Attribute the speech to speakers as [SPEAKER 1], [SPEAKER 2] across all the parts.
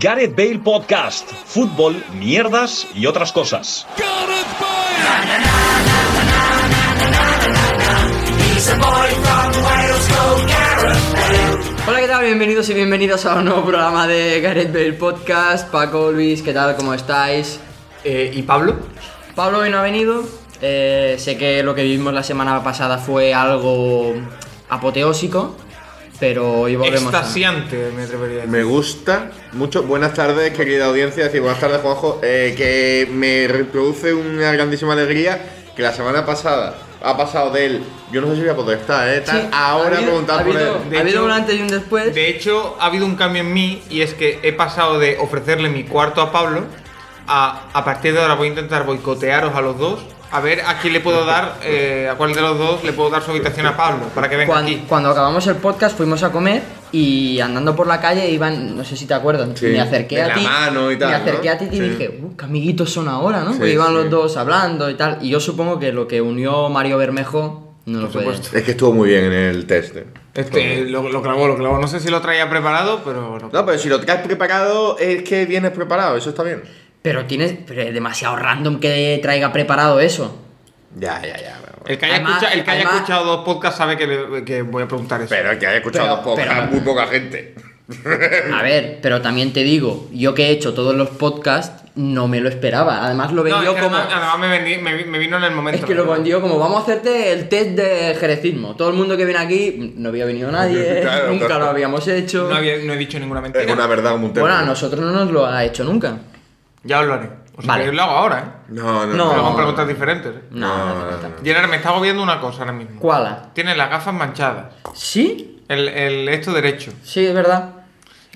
[SPEAKER 1] Gareth Bale Podcast, fútbol, mierdas y otras cosas.
[SPEAKER 2] Hola, ¿qué tal? Bienvenidos y bienvenidos a un nuevo programa de Gareth Bale Podcast. Paco, Luis, ¿qué tal? ¿Cómo estáis?
[SPEAKER 3] Eh, ¿Y Pablo?
[SPEAKER 2] Pablo hoy no ha venido. Eh, sé que lo que vivimos la semana pasada fue algo apoteósico, pero hoy volvemos. a-
[SPEAKER 3] Extasiante, me atrevería a decir.
[SPEAKER 4] Me gusta mucho. Buenas tardes, querida audiencia. Es decir, buenas tardes, Juanjo. Eh, que me reproduce una grandísima alegría que la semana pasada ha pasado del. Yo no sé si voy a poder estar, ¿eh? Tal,
[SPEAKER 2] Sí, ha
[SPEAKER 4] ahora
[SPEAKER 2] habido-
[SPEAKER 4] preguntar
[SPEAKER 2] ha
[SPEAKER 4] por
[SPEAKER 2] habido-
[SPEAKER 4] él.
[SPEAKER 3] De
[SPEAKER 2] ha habido
[SPEAKER 3] hecho-
[SPEAKER 2] un antes y un después.
[SPEAKER 3] De hecho, ha habido un cambio en mí y es que he pasado de ofrecerle mi cuarto a Pablo a a partir de ahora voy a intentar boicotearos a los dos. A ver a quién le puedo dar, eh, a cuál de los dos le puedo dar su habitación a Pablo para que venga
[SPEAKER 2] Cuan-
[SPEAKER 3] aquí.
[SPEAKER 2] cuando acabamos el podcast fuimos a comer y andando por la calle iban, no sé si te acuerdas,
[SPEAKER 4] Sí,
[SPEAKER 2] me acerqué
[SPEAKER 4] de
[SPEAKER 2] a
[SPEAKER 4] la
[SPEAKER 2] ti,
[SPEAKER 4] mano y tal,
[SPEAKER 2] me acerqué
[SPEAKER 4] ¿no?
[SPEAKER 2] a ti y
[SPEAKER 4] Sí.
[SPEAKER 2] dije, "Uh, qué amiguitos son ahora, ¿no?
[SPEAKER 4] Sí,
[SPEAKER 2] Porque iban
[SPEAKER 4] sí.
[SPEAKER 2] los dos hablando y tal. Y yo supongo que lo que unió Mario Bermejo no lo puede.
[SPEAKER 4] Es que estuvo muy bien en el test. eh.
[SPEAKER 3] Este, lo, lo clavó, lo clavó. No sé si lo traía preparado, pero no.
[SPEAKER 4] No, pero si lo traes preparado, es que vienes preparado. Eso está bien.
[SPEAKER 2] Pero tienes pero es demasiado random que traiga preparado eso.
[SPEAKER 4] Ya, ya, ya. Pero, bueno.
[SPEAKER 3] El que haya,
[SPEAKER 2] Además-
[SPEAKER 3] escucha- el que haya
[SPEAKER 2] además-
[SPEAKER 3] escuchado dos podcasts sabe que, le- que voy a preguntar eso.
[SPEAKER 4] Pero el que haya escuchado
[SPEAKER 2] Pero-
[SPEAKER 4] poca-
[SPEAKER 2] pero-
[SPEAKER 4] muy poca gente. Eh.
[SPEAKER 2] A ver, pero también te digo, yo que he hecho todos los podcasts no me lo esperaba. Además lo
[SPEAKER 3] No,
[SPEAKER 2] vendió
[SPEAKER 3] es que
[SPEAKER 2] como
[SPEAKER 3] además, además me, vendí- me vi- me vino en el momento.
[SPEAKER 2] Es que lo
[SPEAKER 3] ¿no?
[SPEAKER 2] vendió como vamos a hacerte el test de jerecismo. Todo el mundo que viene aquí, no había venido nadie,
[SPEAKER 4] Claro,
[SPEAKER 2] nunca
[SPEAKER 4] claro.
[SPEAKER 2] lo habíamos hecho.
[SPEAKER 3] No, había- no he dicho ninguna mentira.
[SPEAKER 4] Es una verdad como un tema.
[SPEAKER 2] Bueno, a nosotros no nos lo ha hecho nunca.
[SPEAKER 3] Ya os lo haré. O sea,
[SPEAKER 2] Vale.
[SPEAKER 3] que yo lo hago ahora, ¿eh?
[SPEAKER 4] No, no,
[SPEAKER 2] No.
[SPEAKER 3] Pero
[SPEAKER 4] no.
[SPEAKER 3] con preguntas diferentes. ¿eh?
[SPEAKER 2] No, no, hace
[SPEAKER 4] No,
[SPEAKER 2] falta.
[SPEAKER 4] no, no.
[SPEAKER 3] Gerard, me está agobiando una cosa ahora mismo.
[SPEAKER 2] ¿Cuál?
[SPEAKER 3] Tiene las gafas manchadas.
[SPEAKER 2] ¿Sí?
[SPEAKER 3] El, el esto derecho.
[SPEAKER 2] Sí, es verdad.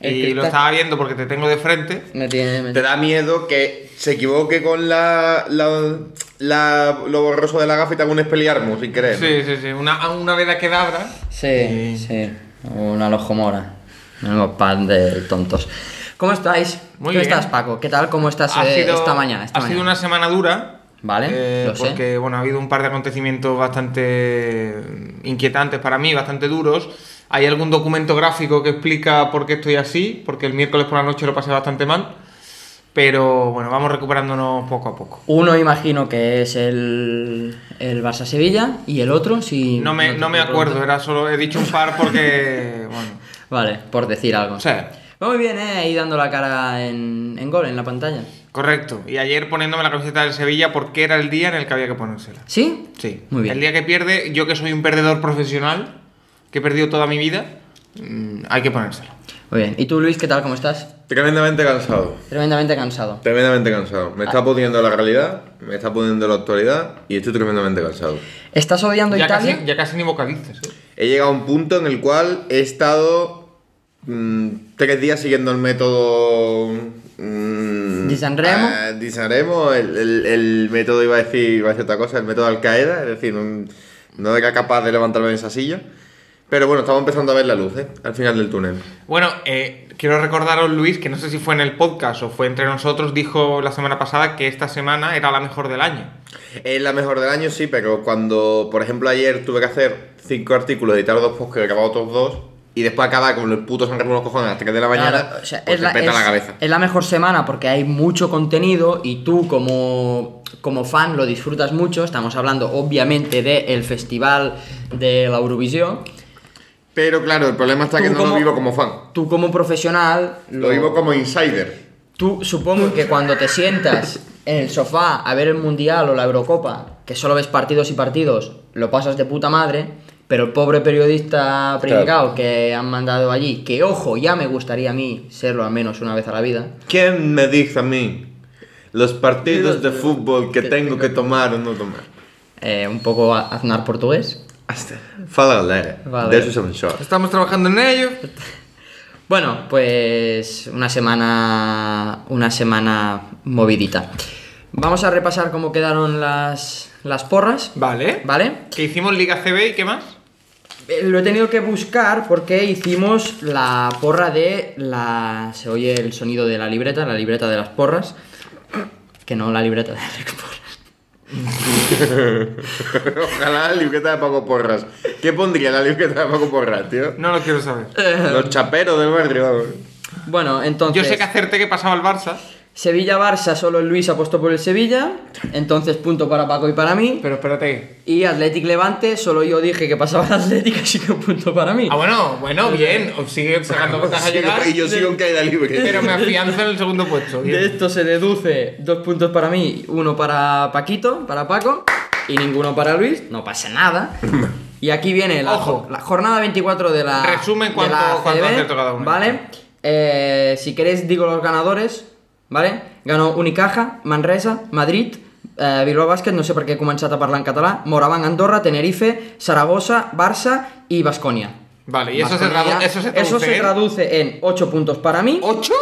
[SPEAKER 2] El
[SPEAKER 3] y lo
[SPEAKER 2] cristal
[SPEAKER 3] estaba viendo porque te tengo de frente.
[SPEAKER 2] Me tiene. me-
[SPEAKER 4] Te da miedo que se equivoque con la, la, la- lo borroso de la gafa y te haga un espeliarmo sin querer.
[SPEAKER 3] Sí, sí, sí. Una, una vez que abra.
[SPEAKER 2] Sí, sí. Una lojomora. Menudo pan de tontos. ¿Cómo estáis?
[SPEAKER 3] Muy
[SPEAKER 2] ¿Qué
[SPEAKER 3] bien.
[SPEAKER 2] estás, Paco? ¿Qué tal? ¿Cómo estás
[SPEAKER 3] Ha
[SPEAKER 2] eh,
[SPEAKER 3] sido,
[SPEAKER 2] esta mañana? Esta
[SPEAKER 3] ha sido
[SPEAKER 2] mañana?
[SPEAKER 3] una semana dura.
[SPEAKER 2] Vale,
[SPEAKER 3] eh,
[SPEAKER 2] lo sé.
[SPEAKER 3] porque bueno, ha habido un par de acontecimientos bastante inquietantes para mí, bastante duros. Hay algún documento gráfico que explica por qué estoy así, porque el miércoles por la noche lo pasé bastante mal. Pero bueno, vamos recuperándonos poco a poco.
[SPEAKER 2] Uno imagino que es el, el Barça Sevilla y el otro si
[SPEAKER 3] No me,
[SPEAKER 2] te
[SPEAKER 3] no me
[SPEAKER 2] puedo
[SPEAKER 3] acuerdo,
[SPEAKER 2] preguntar.
[SPEAKER 3] era solo he dicho un par porque bueno,
[SPEAKER 2] Vale, por decir algo.
[SPEAKER 3] o sea,
[SPEAKER 2] Muy bien, eh, ahí dando la cara en, en gol en la pantalla.
[SPEAKER 3] Correcto. Y ayer poniéndome la camiseta del Sevilla porque era el día en el que había que ponérsela.
[SPEAKER 2] ¿Sí?
[SPEAKER 3] Sí.
[SPEAKER 2] Muy bien.
[SPEAKER 3] El día que pierde, yo que soy un perdedor profesional, que he perdido toda mi vida, mm, hay que ponérsela.
[SPEAKER 2] Muy bien. ¿Y tú, Luis, qué tal? ¿Cómo estás?
[SPEAKER 4] Tremendamente cansado.
[SPEAKER 2] Tremendamente cansado.
[SPEAKER 4] Tremendamente cansado. Me está pudiendo la realidad, me está pudiendo la actualidad y estoy tremendamente cansado.
[SPEAKER 2] ¿Estás odiando
[SPEAKER 3] Ya
[SPEAKER 2] Italia?
[SPEAKER 3] casi, ya casi ni vocalices. ¿eh?
[SPEAKER 4] He llegado a un punto en el cual he estado mm, tres días siguiendo el método. mm,
[SPEAKER 2] ¿Di San Remo?
[SPEAKER 4] ah, Di San Remo, el, el- el método, iba a, decir, iba a decir otra cosa, el método Al Qaeda, es decir, un- no era capaz de levantarme de esa silla. Pero bueno, estamos empezando a ver la luz, ¿eh? Al final del túnel.
[SPEAKER 3] Bueno, eh, quiero recordaros, Luis, que no sé si fue en el podcast o fue entre nosotros, dijo la semana pasada que esta semana era la mejor del año.
[SPEAKER 4] Es la mejor del año, sí, pero cuando, por ejemplo, ayer tuve que hacer cinco artículos, editar dos posts, que he grabado otros dos, y después acaba con el puto sangre por los cojones a las 3 de la mañana,
[SPEAKER 2] Claro, o sea,
[SPEAKER 4] pues
[SPEAKER 2] es,
[SPEAKER 4] te
[SPEAKER 2] la,
[SPEAKER 4] peta
[SPEAKER 2] es-
[SPEAKER 4] la cabeza.
[SPEAKER 2] es la mejor semana porque hay mucho contenido y tú como, como fan lo disfrutas mucho. Estamos hablando obviamente del festival de la Eurovisión.
[SPEAKER 4] Pero claro, el problema está que
[SPEAKER 2] Tú
[SPEAKER 4] no
[SPEAKER 2] como-
[SPEAKER 4] lo vivo como fan,
[SPEAKER 2] Tú como profesional
[SPEAKER 4] lo vivo como insider.
[SPEAKER 2] Tú supongo que cuando te sientas en el sofá a ver el Mundial o la Eurocopa, que solo ves partidos y partidos, lo pasas de puta madre, pero el pobre periodista predicado que han mandado allí, que ojo, ya me gustaría a mí serlo al menos una vez a la vida.
[SPEAKER 4] ¿Quién me dice a mí los partidos
[SPEAKER 2] de fútbol que tengo que
[SPEAKER 4] tomar o no tomar?
[SPEAKER 2] eh, un poco a- aznar portugués.
[SPEAKER 4] Hasta. Fala galera,
[SPEAKER 2] Vale. de eso
[SPEAKER 4] se me
[SPEAKER 3] Estamos trabajando en ello.
[SPEAKER 2] Bueno, pues una semana una semana movidita. Vamos a repasar cómo quedaron las las porras,
[SPEAKER 3] Vale.
[SPEAKER 2] ¿vale?
[SPEAKER 3] Que hicimos Liga CB y qué más.
[SPEAKER 2] Eh, Lo he tenido que buscar porque hicimos la porra de la. Se oye el sonido de la libreta, la libreta de las porras. Que no la libreta de las porras.
[SPEAKER 4] Ojalá la libreta de Paco Porras. ¿Qué pondría la libreta de Paco Porras, tío?
[SPEAKER 3] No lo quiero saber.
[SPEAKER 4] Los chaperos del barrio, vamos.
[SPEAKER 2] Bueno, entonces.
[SPEAKER 3] Yo sé que hacerte que pasaba el Barça,
[SPEAKER 2] Sevilla-Barça, solo el Luis apostó por el Sevilla. Entonces, punto para Paco y para mí.
[SPEAKER 3] pero espérate.
[SPEAKER 2] Y Athletic Levante, solo yo dije que pasaba el Athletic, así que punto para mí.
[SPEAKER 3] Ah, bueno, bueno, bien. Os sigue sacando ventaja a llegar.
[SPEAKER 4] Y yo sigo en caída libre.
[SPEAKER 3] Pero me afianzo en el segundo puesto.
[SPEAKER 2] De
[SPEAKER 3] bien.
[SPEAKER 2] esto se deduce dos puntos para mí, uno para Paquito, para Paco, y ninguno para Luis. No pasa nada. Y aquí viene la,
[SPEAKER 3] Ojo.
[SPEAKER 2] jo- la jornada 24 de la.
[SPEAKER 3] Resumen
[SPEAKER 2] de
[SPEAKER 3] cuánto-
[SPEAKER 2] la
[SPEAKER 3] cuánto
[SPEAKER 2] CB,
[SPEAKER 3] acierto cada uno.
[SPEAKER 2] ¿Vale? Eh, si queréis, digo los ganadores. ¿Vale? Ganó Unicaja, Manresa, Madrid. eh, Bilbao Basket, no sé per què he començat a parlar en català Moraván, Andorra, Tenerife, Saragossa, Barça y Basconia
[SPEAKER 3] Vale, y eso se, tradu- eso se traduce.
[SPEAKER 2] eso se traduce en 8 puntos para mí
[SPEAKER 3] ¿Ocho?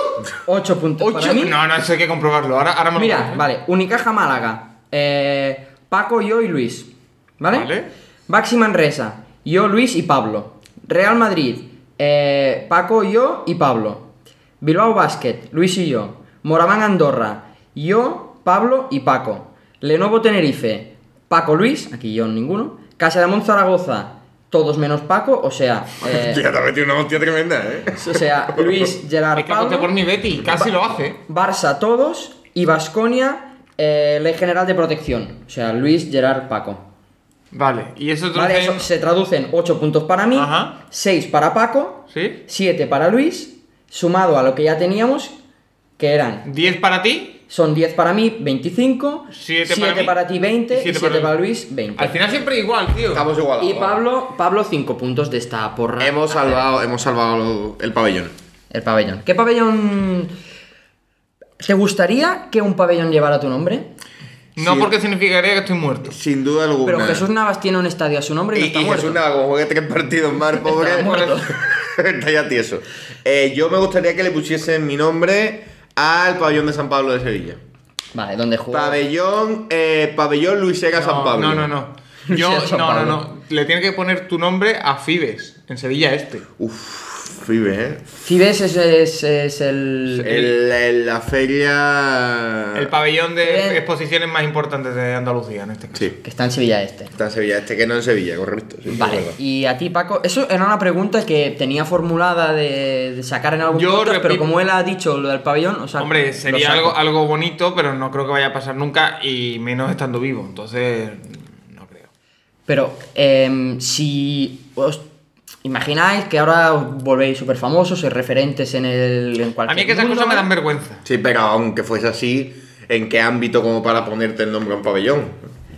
[SPEAKER 2] 8 puntos para
[SPEAKER 3] ¿Ocho?
[SPEAKER 2] mí
[SPEAKER 3] No, no, eso hay que comprobarlo. Ahora, ahora me lo
[SPEAKER 2] Mira,
[SPEAKER 3] pones, ¿eh?
[SPEAKER 2] vale, Unicaja Málaga, eh, Paco, yo y Luis, ¿vale?
[SPEAKER 3] Vale.
[SPEAKER 2] Baxi Manresa, yo, Luis y Pablo. Real Madrid, eh, Paco, yo y Pablo. Bilbao Basket, Luis y yo. Moraván Andorra, yo, Pablo y Paco. Lenovo Tenerife, Paco Luis, aquí yo ninguno. Casa de Zaragoza, todos menos Paco, o sea, eh,
[SPEAKER 4] Hostia, te ha metido una hostia tremenda, ¿eh?
[SPEAKER 2] o sea, Luis, Gerard,
[SPEAKER 3] Es que aposté
[SPEAKER 2] Pablo.
[SPEAKER 3] por mi Betty, casi lo hace.
[SPEAKER 2] Barça todos y Basconia, eh, Ley General de Protección. O sea, Luis, Gerard, Paco.
[SPEAKER 3] Vale, y eso
[SPEAKER 2] Vale,
[SPEAKER 3] traduce-
[SPEAKER 2] eso se traducen 8 puntos para mí,
[SPEAKER 3] Ajá.
[SPEAKER 2] 6 para Paco,
[SPEAKER 3] ¿Sí?
[SPEAKER 2] 7 para Luis, sumado a lo que ya teníamos, que eran,
[SPEAKER 3] ¿10 para ti?
[SPEAKER 2] son 10 para mí, 25,
[SPEAKER 3] Siete
[SPEAKER 2] 7
[SPEAKER 3] para
[SPEAKER 2] para,
[SPEAKER 3] mí,
[SPEAKER 2] ti, 20,
[SPEAKER 3] y
[SPEAKER 2] 7
[SPEAKER 3] siete
[SPEAKER 2] para,
[SPEAKER 3] para
[SPEAKER 2] Luis, 20.
[SPEAKER 3] Al final siempre igual, tío.
[SPEAKER 4] Estamos igualados.
[SPEAKER 2] Y
[SPEAKER 4] vale.
[SPEAKER 2] Pablo, Pablo 5 puntos de esta porra.
[SPEAKER 4] Hemos salvado, hemos salvado lo- el pabellón.
[SPEAKER 2] El pabellón. ¿Qué pabellón... ¿Te gustaría que un pabellón llevara tu nombre?
[SPEAKER 3] No
[SPEAKER 4] Sí.
[SPEAKER 3] porque significaría que estoy muerto.
[SPEAKER 4] Sin duda alguna.
[SPEAKER 2] Pero Jesús Navas tiene un estadio a su nombre y,
[SPEAKER 4] Y,
[SPEAKER 2] no
[SPEAKER 4] y
[SPEAKER 2] está muerto.
[SPEAKER 4] Jesús Nava, como juegue tres partidos más, pobre.
[SPEAKER 2] muerto.
[SPEAKER 4] Está ya tieso. Eh, yo me gustaría que le pusiesen mi nombre al pabellón de San Pablo de Sevilla.
[SPEAKER 2] Vale, ¿dónde jugó?
[SPEAKER 4] Pabellón, eh, pabellón Luis Sega San Pablo.
[SPEAKER 3] No, no, no. Yo,
[SPEAKER 2] Sí, San
[SPEAKER 3] no, no,
[SPEAKER 2] Pablo.
[SPEAKER 3] no. Le tiene que poner tu nombre a Fibes, en Sevilla Este.
[SPEAKER 4] Uff, vive, ¿eh?
[SPEAKER 2] Fibes es, es- es el...
[SPEAKER 4] El- el- la feria.
[SPEAKER 3] El pabellón
[SPEAKER 2] Bien.
[SPEAKER 3] de exposiciones más importantes de Andalucía, en este caso.
[SPEAKER 4] Sí,
[SPEAKER 2] que está en Sevilla Este.
[SPEAKER 4] está en Sevilla, este que no en Sevilla, correcto. sí, sí, es
[SPEAKER 2] Vale,
[SPEAKER 4] verdad.
[SPEAKER 2] y a ti Paco, eso era una pregunta que tenía formulada de, de sacar en algún
[SPEAKER 3] Yo
[SPEAKER 2] podcast, pero
[SPEAKER 3] repito-
[SPEAKER 2] como él ha dicho lo del pabellón, o sea...
[SPEAKER 3] Hombre,
[SPEAKER 2] lo
[SPEAKER 3] sería
[SPEAKER 2] saco.
[SPEAKER 3] algo, algo bonito, pero no creo que vaya a pasar nunca, y menos estando vivo. Entonces, no creo.
[SPEAKER 2] Pero em, si os imagináis que ahora os volvéis súper famosos, sois referentes en, el, en
[SPEAKER 3] A
[SPEAKER 2] cualquier
[SPEAKER 3] mí es que esas
[SPEAKER 2] mundo,
[SPEAKER 3] cosas me
[SPEAKER 2] ¿no?
[SPEAKER 3] dan vergüenza.
[SPEAKER 4] Sí, pero aunque fuese así, ¿en qué ámbito como para ponerte el nombre a un pabellón?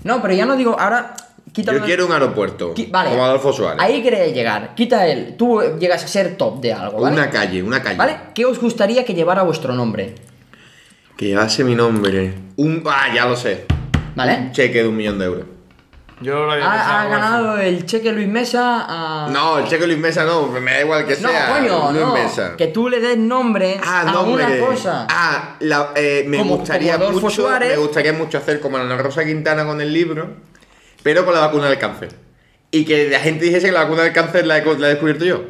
[SPEAKER 2] No, pero ya no digo, ahora... Quítalo
[SPEAKER 4] Yo quiero un aeropuerto.
[SPEAKER 2] Qui- vale.
[SPEAKER 4] Como Adolfo Suárez.
[SPEAKER 2] Ahí queréis llegar. Quita él. Tú eh, llegas a ser top de algo,
[SPEAKER 4] O
[SPEAKER 2] ¿vale?
[SPEAKER 4] Una calle, una calle.
[SPEAKER 2] ¿Vale? ¿Qué os gustaría que llevara vuestro nombre?
[SPEAKER 4] Que llevase mi nombre. Un. Ah, ya lo sé. Un
[SPEAKER 2] ¿Vale?
[SPEAKER 4] cheque de un millón de euros.
[SPEAKER 3] Yo lo había pensado
[SPEAKER 2] Ha, ha
[SPEAKER 3] algo así.
[SPEAKER 2] ganado el cheque Luis Mesa a.
[SPEAKER 4] No, el cheque Luis Mesa no, me da igual que
[SPEAKER 2] No,
[SPEAKER 4] sea.
[SPEAKER 2] coño,
[SPEAKER 4] Luis
[SPEAKER 2] no.
[SPEAKER 4] Mesa.
[SPEAKER 2] Que tú le des nombre
[SPEAKER 4] Ah,
[SPEAKER 2] a
[SPEAKER 4] nombre.
[SPEAKER 2] una cosa.
[SPEAKER 4] Ah, la- eh, me
[SPEAKER 2] Como-
[SPEAKER 4] gustaría
[SPEAKER 2] como Adolfo
[SPEAKER 4] mucho.
[SPEAKER 2] Suárez.
[SPEAKER 4] Me gustaría mucho hacer como Ana Rosa Quintana con el libro, pero con la vacuna del cáncer. Y que la gente dijese que la vacuna del cáncer la he, co- la he descubierto yo.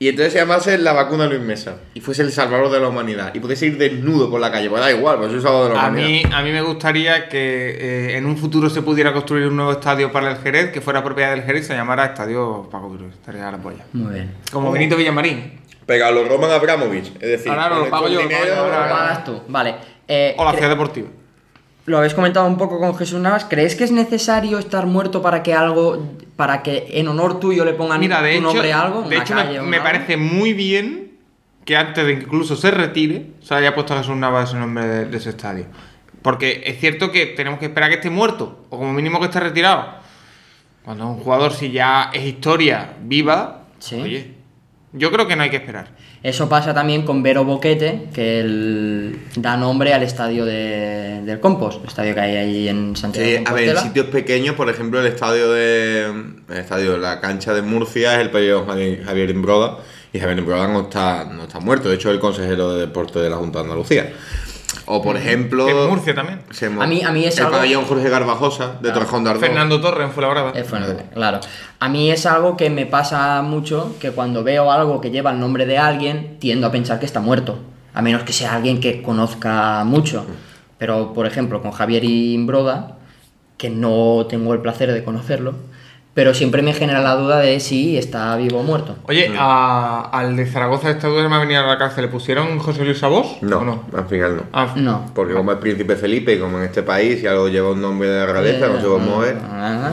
[SPEAKER 4] Y entonces se llamase la vacuna Luis Mesa. Y fuese el salvador de la humanidad. Y pudiese ir desnudo por la calle. Pues da igual, pues soy el salvador de la
[SPEAKER 3] A
[SPEAKER 4] humanidad.
[SPEAKER 3] mí, a mí me gustaría que eh, en un futuro se pudiera construir un nuevo estadio para el Jerez, que fuera propiedad del Jerez y se llamara Estadio Paco Cruz. Estaría la polla.
[SPEAKER 2] Muy bien.
[SPEAKER 3] Como Benito Villamarín.
[SPEAKER 4] Pero a los Roman Abramovich. Es decir,
[SPEAKER 3] Ahora lo
[SPEAKER 4] con-
[SPEAKER 3] pago
[SPEAKER 4] con
[SPEAKER 3] yo, lo pago yo,
[SPEAKER 4] dinero-
[SPEAKER 2] Pues Lo
[SPEAKER 3] ahora-
[SPEAKER 2] pagas tú. Vale. Eh,
[SPEAKER 3] O la
[SPEAKER 2] cre-
[SPEAKER 3] Ciudad Deportiva.
[SPEAKER 2] Lo habéis comentado un poco con Jesús Navas. ¿Crees que es necesario estar muerto para que algo. para que en honor tuyo le pongan
[SPEAKER 3] Mira, de
[SPEAKER 2] tu
[SPEAKER 3] hecho,
[SPEAKER 2] nombre a algo?
[SPEAKER 3] de
[SPEAKER 2] una
[SPEAKER 3] hecho me-
[SPEAKER 2] calle,
[SPEAKER 3] me,
[SPEAKER 2] un algo?
[SPEAKER 3] parece muy bien que antes de que incluso se retire, se haya puesto a Jesús Navas el nombre de, de ese estadio. Porque es cierto que tenemos que esperar que esté muerto, o como mínimo que esté retirado. Cuando un jugador, si ya es historia viva,
[SPEAKER 2] Sí.
[SPEAKER 3] oye, yo creo que no hay que esperar.
[SPEAKER 2] Eso pasa también con Vero Boquete, que él da nombre al estadio de- del Compost, estadio que hay ahí en Santiago. de
[SPEAKER 4] Eh, a ver, en
[SPEAKER 2] Compostela.
[SPEAKER 4] sitios pequeños, por ejemplo, el estadio de. El estadio, la cancha de Murcia es el pabellón Javi- Javier Imbroda. Y Javier Imbroda no está, no está muerto. De hecho, es el consejero de deporte de la Junta de Andalucía. O, por ejemplo.
[SPEAKER 3] En Murcia también.
[SPEAKER 4] se mo-
[SPEAKER 2] A mí- a mí es
[SPEAKER 4] El
[SPEAKER 2] algo-
[SPEAKER 4] pabellón Jorge Garbajosa, de Torrejón de Ardoz.
[SPEAKER 3] Fernando Torres en Fuenlabrada.
[SPEAKER 2] Eh, fue- claro. A mí es algo que me pasa mucho, que cuando veo algo que lleva el nombre de alguien, tiendo a pensar que está muerto, a menos que sea alguien que conozca mucho. Pero, por ejemplo, con Javier Imbroda, que no tengo el placer de conocerlo, pero siempre me genera la duda de si está vivo o muerto.
[SPEAKER 4] Mm.
[SPEAKER 3] Oye, a- al de Zaragoza esta duda me ha venido a la cárcel. ¿Le pusieron José Luis Sabós?
[SPEAKER 4] No,
[SPEAKER 3] ¿O no?
[SPEAKER 4] al final no.
[SPEAKER 3] Ah,
[SPEAKER 2] No.
[SPEAKER 4] Porque como es Príncipe Felipe y como en este país, si algo lleva un nombre de la realeza, no se va a mover.
[SPEAKER 2] Ajá.
[SPEAKER 4] Nada.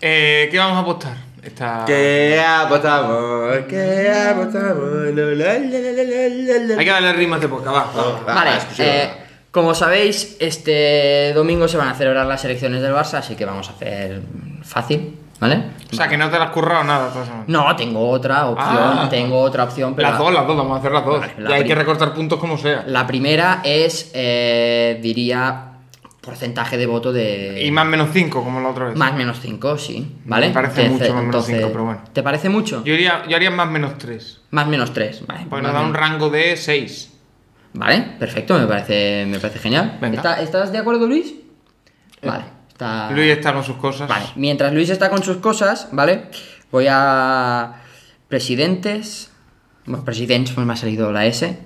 [SPEAKER 3] eh, ¿Qué vamos a apostar? Esta...
[SPEAKER 4] Que apostamos, que apostamos. la, la, la, la, la, la, la.
[SPEAKER 3] Hay que darle rimas de boca, va. va.
[SPEAKER 4] Ah,
[SPEAKER 2] Vale,
[SPEAKER 4] es que sí,
[SPEAKER 2] eh,
[SPEAKER 4] va.
[SPEAKER 2] como sabéis, este domingo se van a celebrar las elecciones del Barça, así que vamos a hacer fácil, ¿vale?
[SPEAKER 3] O sea, que no te la has currado nada. toda semana.
[SPEAKER 2] No, tengo otra opción,
[SPEAKER 3] Ah.
[SPEAKER 2] tengo otra opción, pero...
[SPEAKER 3] Las dos, las dos, vamos a hacer las dos.
[SPEAKER 2] Vale, la
[SPEAKER 3] y hay que
[SPEAKER 2] prim-
[SPEAKER 3] recortar puntos como sea.
[SPEAKER 2] La primera es, eh, diría, porcentaje de voto de...
[SPEAKER 3] Y más menos cinco, como la otra vez.
[SPEAKER 2] Más menos 5, sí, ¿vale?
[SPEAKER 3] Me parece
[SPEAKER 2] Entonces-
[SPEAKER 3] mucho más menos
[SPEAKER 2] entonces-
[SPEAKER 3] cinco, pero bueno.
[SPEAKER 2] ¿Te parece mucho?
[SPEAKER 3] Yo, haría, yo haría más menos tres.
[SPEAKER 2] Más menos 3, vale.
[SPEAKER 3] Pues nos
[SPEAKER 2] más
[SPEAKER 3] da un
[SPEAKER 2] menos-
[SPEAKER 3] rango de seis.
[SPEAKER 2] Vale, perfecto, me parece, me parece genial.
[SPEAKER 3] Venga.
[SPEAKER 2] ¿Está- ¿Estás de acuerdo, Luis? Vale, está...
[SPEAKER 3] Luis está con sus cosas.
[SPEAKER 2] Ah. Vale, mientras Luis está con sus cosas, ¿vale? Voy a presidentes. Bueno, presidentes, pues me ha salido la S.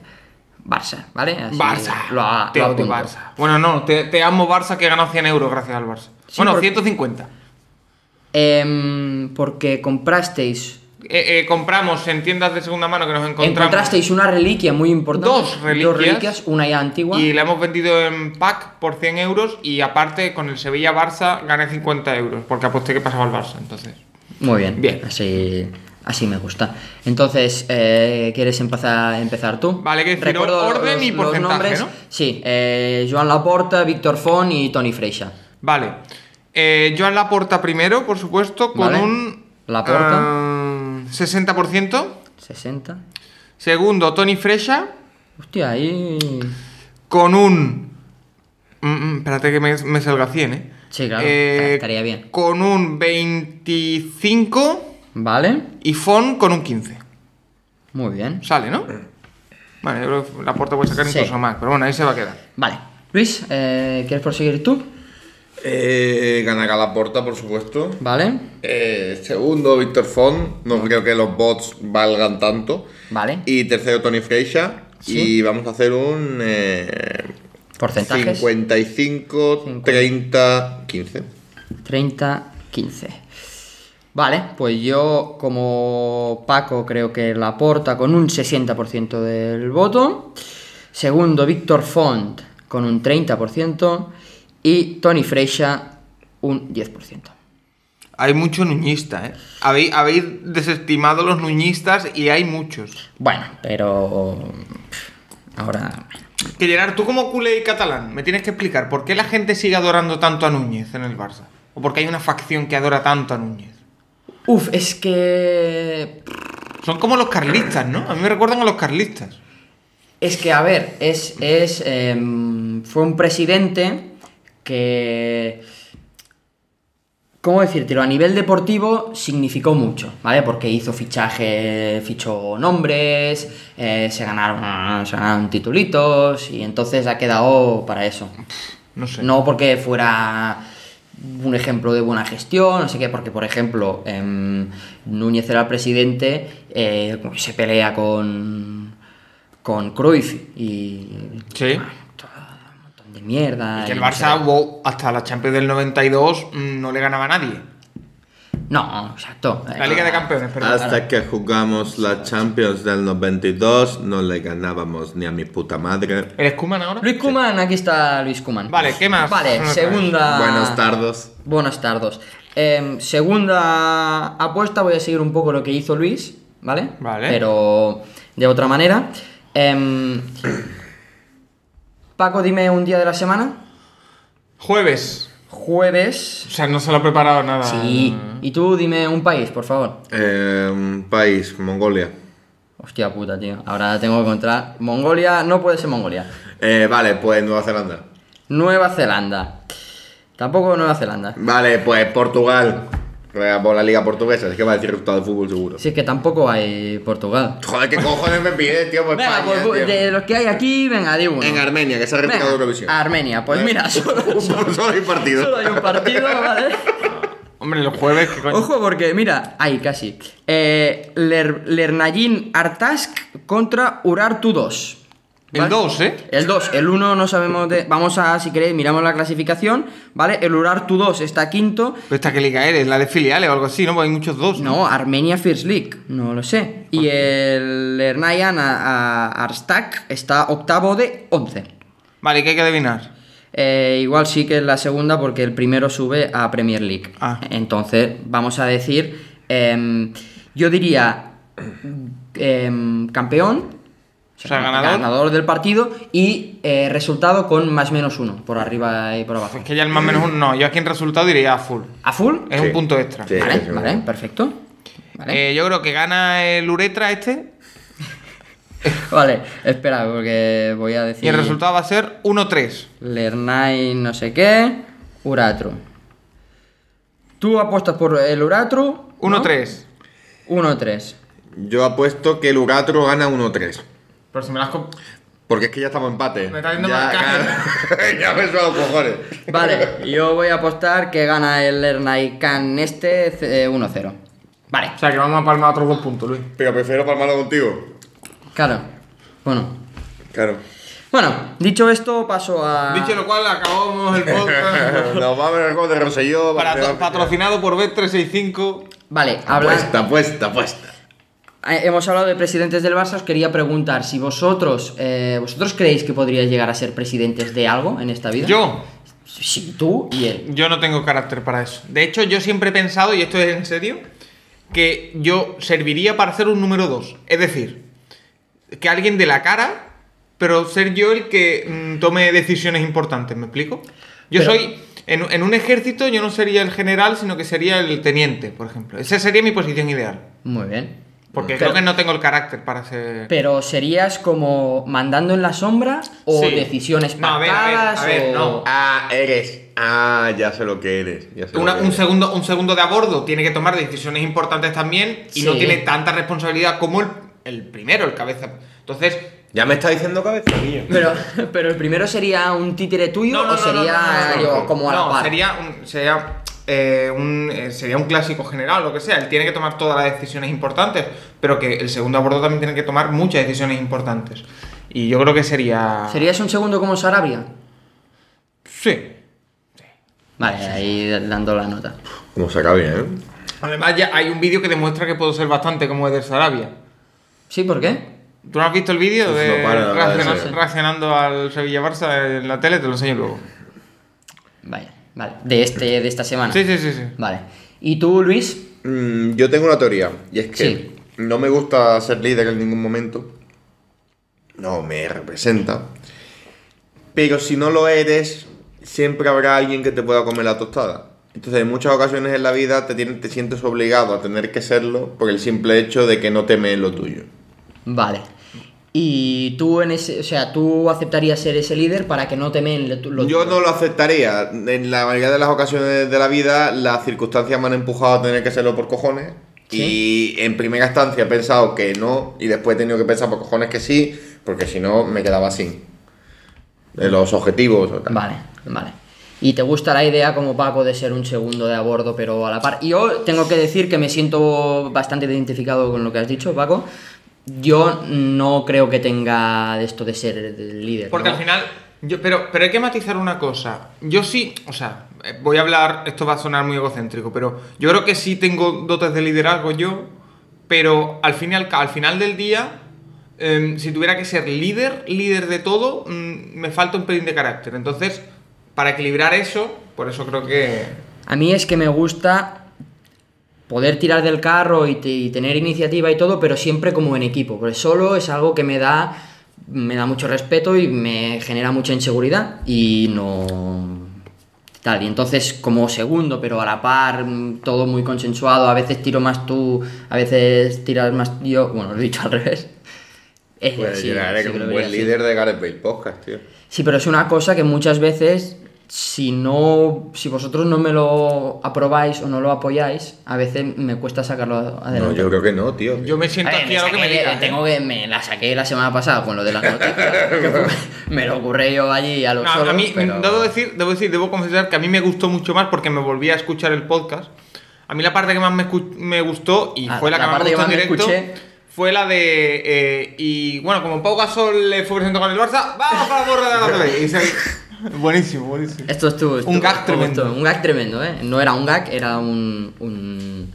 [SPEAKER 2] Barça, ¿vale? Así
[SPEAKER 3] Barça.
[SPEAKER 2] Lo, a-
[SPEAKER 3] te
[SPEAKER 2] lo
[SPEAKER 3] amo,
[SPEAKER 2] apunto.
[SPEAKER 3] Barça. Bueno, no, te, te amo Barça que he ganado 100 euros gracias al Barça.
[SPEAKER 2] Sí,
[SPEAKER 3] bueno,
[SPEAKER 2] porque-
[SPEAKER 3] 150.
[SPEAKER 2] Em, porque comprasteis.
[SPEAKER 3] Eh, eh, compramos en tiendas de segunda mano que nos encontramos.
[SPEAKER 2] Encontrasteis una reliquia muy importante.
[SPEAKER 3] Dos reliquias.
[SPEAKER 2] una ya antigua.
[SPEAKER 3] Y la hemos vendido en pack por 100 euros y aparte con el Sevilla-Barça gané 50 euros porque aposté que pasaba el Barça. Entonces,
[SPEAKER 2] Muy bien.
[SPEAKER 3] Bien.
[SPEAKER 2] Así, así me gusta. Entonces, eh, ¿quieres empezar, empezar tú?
[SPEAKER 3] Vale, hay que decir orden y porcentaje, ¿no?
[SPEAKER 2] Sí, eh, Joan Laporta, Víctor Fon y Tony Freixa.
[SPEAKER 3] vale. Eh, Joan Laporta primero, por supuesto, con
[SPEAKER 2] Vale.
[SPEAKER 3] un...
[SPEAKER 2] Laporta.
[SPEAKER 3] ah, 60%.
[SPEAKER 2] 60.
[SPEAKER 3] Segundo, Tony Fresha
[SPEAKER 2] Hostia, ahí.
[SPEAKER 3] con un... Mm, mm, espérate que me, me salga 100, ¿eh?
[SPEAKER 2] Sí, claro, estaría bien.
[SPEAKER 3] Con un 25
[SPEAKER 2] Vale,
[SPEAKER 3] y Fon con un 15.
[SPEAKER 2] muy bien.
[SPEAKER 3] Sale, ¿no? Vale, yo creo que la puerta puede sacar
[SPEAKER 2] Mm. Sí.
[SPEAKER 3] incluso más, pero bueno, ahí se va a quedar.
[SPEAKER 2] Vale. Luis, eh, ¿quieres proseguir tú?
[SPEAKER 4] Eh, Ganaga la porta, por supuesto.
[SPEAKER 2] Vale,
[SPEAKER 4] Eh, segundo, Víctor Font. No creo que los bots valgan tanto.
[SPEAKER 2] vale.
[SPEAKER 4] Y tercero, Tony Freixa.
[SPEAKER 2] Sí.
[SPEAKER 4] Y vamos a hacer un. Eh,
[SPEAKER 2] Porcentajes.
[SPEAKER 4] 55, 30, 15.
[SPEAKER 2] 30, 15. Vale, pues yo como Paco creo que la aporta con un 60% del voto. Segundo, Víctor Font con un 30%. Y Tony Freixa un 10%.
[SPEAKER 3] Hay mucho nuñista, ¿eh? Habéis, habéis desestimado los nuñistas y hay muchos.
[SPEAKER 2] Bueno, pero... pff, Ahora...
[SPEAKER 3] Que Gerard, tú como culé y catalán, me tienes que explicar por qué la gente sigue adorando tanto a Núñez en el Barça. O por qué hay una facción que adora tanto a Núñez.
[SPEAKER 2] Uf, es que
[SPEAKER 3] Son como los carlistas, ¿no? A mí me recuerdan a los carlistas.
[SPEAKER 2] Es que, a ver, es. es em, fue un presidente que. ¿Cómo decírtelo? A nivel deportivo significó mucho, ¿vale? Porque hizo fichaje, fichó nombres, eh, se, ganaron, se ganaron titulitos y entonces ha quedado para eso.
[SPEAKER 3] No sé.
[SPEAKER 2] No porque fuera un ejemplo de buena gestión, no sé qué, porque por ejemplo em, Núñez era el presidente, eh, se pelea con, con Cruyff y
[SPEAKER 3] Sí.
[SPEAKER 2] un montón de mierda.
[SPEAKER 3] Y que el
[SPEAKER 2] y no
[SPEAKER 3] Barça
[SPEAKER 2] sé.
[SPEAKER 3] hubo- hasta la Champions del 92 mm, no le ganaba a nadie.
[SPEAKER 2] No, exacto.
[SPEAKER 3] La Liga de Campeones, perdón.
[SPEAKER 4] Hasta que jugamos la Champions del 92, no le ganábamos ni a mi puta madre.
[SPEAKER 3] ¿Eres Kuman ahora?
[SPEAKER 2] Luis Kuman, aquí está Luis Kuman.
[SPEAKER 3] Vale, ¿qué más?
[SPEAKER 2] Vale,
[SPEAKER 3] Buenas tardes.
[SPEAKER 2] segunda.
[SPEAKER 4] Buenas tardes.
[SPEAKER 2] Buenas tardes. Em, segunda apuesta, voy a seguir un poco lo que hizo Luis, ¿vale?
[SPEAKER 3] Vale.
[SPEAKER 2] Pero de otra manera. Em, Paco, dime un día de la semana.
[SPEAKER 3] Jueves.
[SPEAKER 2] Jueves.
[SPEAKER 3] O sea, no se lo ha preparado nada.
[SPEAKER 2] Sí. Y tú dime un país, por favor.
[SPEAKER 4] Eh, un país, Mongolia.
[SPEAKER 2] Hostia puta, tío. Ahora tengo que encontrar. Mongolia, no puede ser Mongolia.
[SPEAKER 4] Eh, vale, pues Nueva Zelanda.
[SPEAKER 2] Nueva Zelanda. Tampoco Nueva Zelanda.
[SPEAKER 4] Vale, pues Portugal. Re- Por la Liga Portuguesa, es que va a decir resultado de fútbol seguro.
[SPEAKER 2] Si es que tampoco hay Portugal.
[SPEAKER 4] Joder, ¿qué cojones me pides, tío? Por
[SPEAKER 2] Venga,
[SPEAKER 4] España,
[SPEAKER 2] pues,
[SPEAKER 4] tío.
[SPEAKER 2] de los que hay aquí, venga, di uno.
[SPEAKER 4] En Armenia, que se ha
[SPEAKER 2] Venga,
[SPEAKER 4] replicado Eurovisión.
[SPEAKER 2] Armenia, pues mira, solo,
[SPEAKER 4] solo, solo hay partido.
[SPEAKER 2] solo hay un partido, ¿vale?
[SPEAKER 3] Hombre, los jueves, ¿qué coño?
[SPEAKER 2] Ojo, porque mira, ahí casi. Eh, Ler- Lernayin Artask contra Urartu 2.
[SPEAKER 3] El
[SPEAKER 2] ¿vale?
[SPEAKER 3] 2, ¿eh?
[SPEAKER 2] El 2, el 1 no sabemos de... Vamos a, si queréis, miramos la clasificación, ¿vale? El Urartu 2 está quinto.
[SPEAKER 3] Pero esta que liga eres, la de filiales o algo así, ¿no? Porque hay muchos dos.
[SPEAKER 2] No, Armenia First League, no lo sé. Y el Hernayan a- a- Arstak está octavo de 11.
[SPEAKER 3] Vale, ¿qué hay que adivinar?
[SPEAKER 2] Eh, igual sí que es la segunda porque el primero sube a Premier League.
[SPEAKER 3] Ah.
[SPEAKER 2] Entonces, vamos a decir, em, yo diría em, campeón,
[SPEAKER 3] O sea, ganador.
[SPEAKER 2] del partido y eh, resultado con más menos uno, por arriba y por abajo.
[SPEAKER 3] Es que ya el más menos uno no. Yo aquí en resultado diría a full.
[SPEAKER 2] ¿A full?
[SPEAKER 3] Es
[SPEAKER 4] Sí.
[SPEAKER 3] un punto extra.
[SPEAKER 4] Sí.
[SPEAKER 2] vale,
[SPEAKER 4] sí, sí.
[SPEAKER 2] vale, perfecto. Vale.
[SPEAKER 3] Eh, yo creo que gana el uretra este.
[SPEAKER 2] Vale, espera, porque voy a decir...
[SPEAKER 3] Y el resultado va a ser 1-3.
[SPEAKER 2] Lernay no sé qué, Uratru. Tú apuestas por el Uratru. ¿no?
[SPEAKER 3] 1-3.
[SPEAKER 2] 1-3.
[SPEAKER 4] Yo apuesto que el Ugatro gana 1-3.
[SPEAKER 3] Pero si me las comp-
[SPEAKER 4] Porque es que ya estamos en empate.
[SPEAKER 3] Me está haciendo
[SPEAKER 4] ya,
[SPEAKER 3] marcaje.
[SPEAKER 4] ya me suena los cojones.
[SPEAKER 2] Vale, yo voy a apostar que gana el Lernay Khan este eh, 1-0. Vale,
[SPEAKER 3] O sea, que vamos a palmar otros dos puntos, Luis.
[SPEAKER 4] Pero prefiero palmarlo contigo.
[SPEAKER 2] claro. Bueno.
[SPEAKER 4] Claro.
[SPEAKER 2] Bueno, dicho esto, paso a.
[SPEAKER 3] Dicho lo cual, acabamos el podcast.
[SPEAKER 4] Nos vamos a ver con de Roselló.
[SPEAKER 3] Para-
[SPEAKER 4] Barcelona.
[SPEAKER 3] patrocinado por Bet365.
[SPEAKER 2] Vale, habla...
[SPEAKER 4] Apuesta, apuesta, apuesta.
[SPEAKER 2] Eh, Hemos hablado de presidentes del Barça, os quería preguntar si vosotros, eh, vosotros creéis que podríais llegar a ser presidentes de algo en esta vida.
[SPEAKER 3] Yo,
[SPEAKER 2] Sí, tú y él.
[SPEAKER 3] yo no tengo carácter para eso. De hecho, yo siempre he pensado, y esto es en serio, que yo serviría para ser un número 2. Es decir, que alguien de la cara, pero ser yo el que mm, tome decisiones importantes, ¿me explico? Yo
[SPEAKER 2] Pero-
[SPEAKER 3] soy, en, en un ejército yo no sería el general, sino que sería el teniente, por ejemplo. Esa sería mi posición ideal.
[SPEAKER 2] Muy bien.
[SPEAKER 3] Porque
[SPEAKER 2] Pero-
[SPEAKER 3] creo que no tengo el carácter para ser...
[SPEAKER 2] Pero serías como mandando en la sombra o
[SPEAKER 3] Sí.
[SPEAKER 2] decisiones
[SPEAKER 3] No, a ver, a ver, a
[SPEAKER 2] pactadas
[SPEAKER 3] ver,
[SPEAKER 2] o-
[SPEAKER 3] no.
[SPEAKER 4] Ah, eres. Ah, ya sé lo que eres. Ya sé lo
[SPEAKER 3] Una-
[SPEAKER 4] que
[SPEAKER 3] un,
[SPEAKER 4] eres.
[SPEAKER 3] segundo, un segundo de a bordo tiene que tomar decisiones importantes también y no
[SPEAKER 2] Sí.
[SPEAKER 3] tiene tanta responsabilidad como el, el primero, el cabeza. Entonces,
[SPEAKER 4] Ya me está diciendo cabeza, niño.
[SPEAKER 2] Pero, pero el primero sería un títere tuyo o sería
[SPEAKER 3] no, no,
[SPEAKER 2] yo,
[SPEAKER 3] no.
[SPEAKER 2] como a la
[SPEAKER 3] No,
[SPEAKER 2] par.
[SPEAKER 3] sería un, sería, eh, un, eh, sería un clásico general, lo que sea. Él tiene que tomar todas las decisiones importantes, pero que el segundo a bordo también tiene que tomar muchas decisiones importantes. Y yo creo que sería...
[SPEAKER 2] ¿Serías un segundo como Sarabia?
[SPEAKER 3] Sí.
[SPEAKER 2] Vale, ahí dando la nota.
[SPEAKER 4] Como se acaba bien, ¿eh?
[SPEAKER 3] Además, ya hay un vídeo que demuestra que puedo ser bastante como Eder Sarabia.
[SPEAKER 2] ¿Sí? ¿Por qué?
[SPEAKER 3] ¿Tú no has visto el vídeo
[SPEAKER 4] Uf,
[SPEAKER 3] de
[SPEAKER 4] Pues no para de hablar de
[SPEAKER 3] reacciona-
[SPEAKER 4] eso.
[SPEAKER 3] reaccionando al Sevilla Barça en la tele? Te lo enseño luego.
[SPEAKER 2] Vale, vale. De, este, de esta semana.
[SPEAKER 3] Sí, sí, sí, sí.
[SPEAKER 2] Vale. ¿Y tú, Luis?
[SPEAKER 4] Mm, yo tengo una teoría, y es que
[SPEAKER 2] Sí.
[SPEAKER 4] no me gusta ser líder en ningún momento. No me representa. Pero si no lo eres, siempre habrá alguien que te pueda comer la tostada. Entonces, en muchas ocasiones en la vida te, tienes- te sientes obligado a tener que serlo por el simple hecho de que no temes lo tuyo.
[SPEAKER 2] Vale. ¿Y tú, en ese, o sea, tú aceptarías ser ese líder para que no temen lo, lo-
[SPEAKER 4] Yo no lo aceptaría. En la mayoría de las ocasiones de la vida, las circunstancias me han empujado a tener que hacerlo por cojones. Y en primera instancia he pensado que no, y después he tenido que pensar por cojones que sí, porque si no me quedaba sin. De los objetivos. o tal.
[SPEAKER 2] Vale, vale. ¿Y te gusta la idea como Paco de ser un segundo de a bordo pero a la par? Yo tengo que decir que me siento bastante identificado con lo que has dicho, Paco. Yo no creo que tenga de esto de ser el líder.
[SPEAKER 3] Porque
[SPEAKER 2] ¿no?
[SPEAKER 3] al final. Yo, pero, pero hay que matizar una cosa. Yo sí, o sea, eh, voy a hablar, esto va a sonar muy egocéntrico, pero yo creo que sí tengo dotes de liderazgo yo, pero al final, al final del día, em, si tuviera que ser líder, líder de todo, mm, me falta un pelín de carácter. Entonces, para equilibrar eso, por eso creo que...
[SPEAKER 2] A mí es que me gusta poder tirar del carro y, te- y tener iniciativa y todo, pero siempre como en equipo. Porque solo es algo que me da, me da mucho respeto y me genera mucha inseguridad y no tal. Y entonces como segundo, pero a la par, mm, todo muy consensuado. A veces tiro más tú, a veces tiras más yo. Bueno, lo he dicho al revés. Es
[SPEAKER 4] Pues
[SPEAKER 2] así,
[SPEAKER 4] yo era
[SPEAKER 2] sí que lo
[SPEAKER 4] un
[SPEAKER 2] vería
[SPEAKER 4] buen
[SPEAKER 2] así.
[SPEAKER 4] líder de Gareth Bale Podcast, tío.
[SPEAKER 2] Sí, pero es una cosa que muchas veces, si no, si vosotros no me lo aprobáis o no lo apoyáis, a veces me cuesta sacarlo
[SPEAKER 4] No,
[SPEAKER 2] adelante.
[SPEAKER 4] yo creo que no, tío.
[SPEAKER 3] Yo me siento
[SPEAKER 2] A ver,
[SPEAKER 3] aquí a lo que
[SPEAKER 2] saqué-
[SPEAKER 3] me digas. ¿eh?
[SPEAKER 2] tengo que me la saqué la semana pasada con lo de las noticias. que fue- me lo ocurré yo allí a los
[SPEAKER 3] No, a- a
[SPEAKER 2] solos,
[SPEAKER 3] mí,
[SPEAKER 2] pero-
[SPEAKER 3] debo, decir, debo decir, debo confesar que a mí me gustó mucho más porque me volví a escuchar el podcast. A mí la parte que más me, escu- me gustó y
[SPEAKER 2] Ah,
[SPEAKER 3] fue la,
[SPEAKER 2] la
[SPEAKER 3] que más
[SPEAKER 2] parte
[SPEAKER 3] me
[SPEAKER 2] que
[SPEAKER 3] gustó en
[SPEAKER 2] más me
[SPEAKER 3] directo
[SPEAKER 2] escuché.
[SPEAKER 3] fue la de. eh, y bueno, como Pau Gasol le fue presentado con el Barça, ¡vamos con la porra de la Play! Y se- buenísimo, buenísimo.
[SPEAKER 2] Esto estuvo. estuvo-
[SPEAKER 3] gag
[SPEAKER 2] estuvo-
[SPEAKER 3] tremendo.
[SPEAKER 2] estuvo- un gag tremendo, ¿eh? No era un gag, era un. un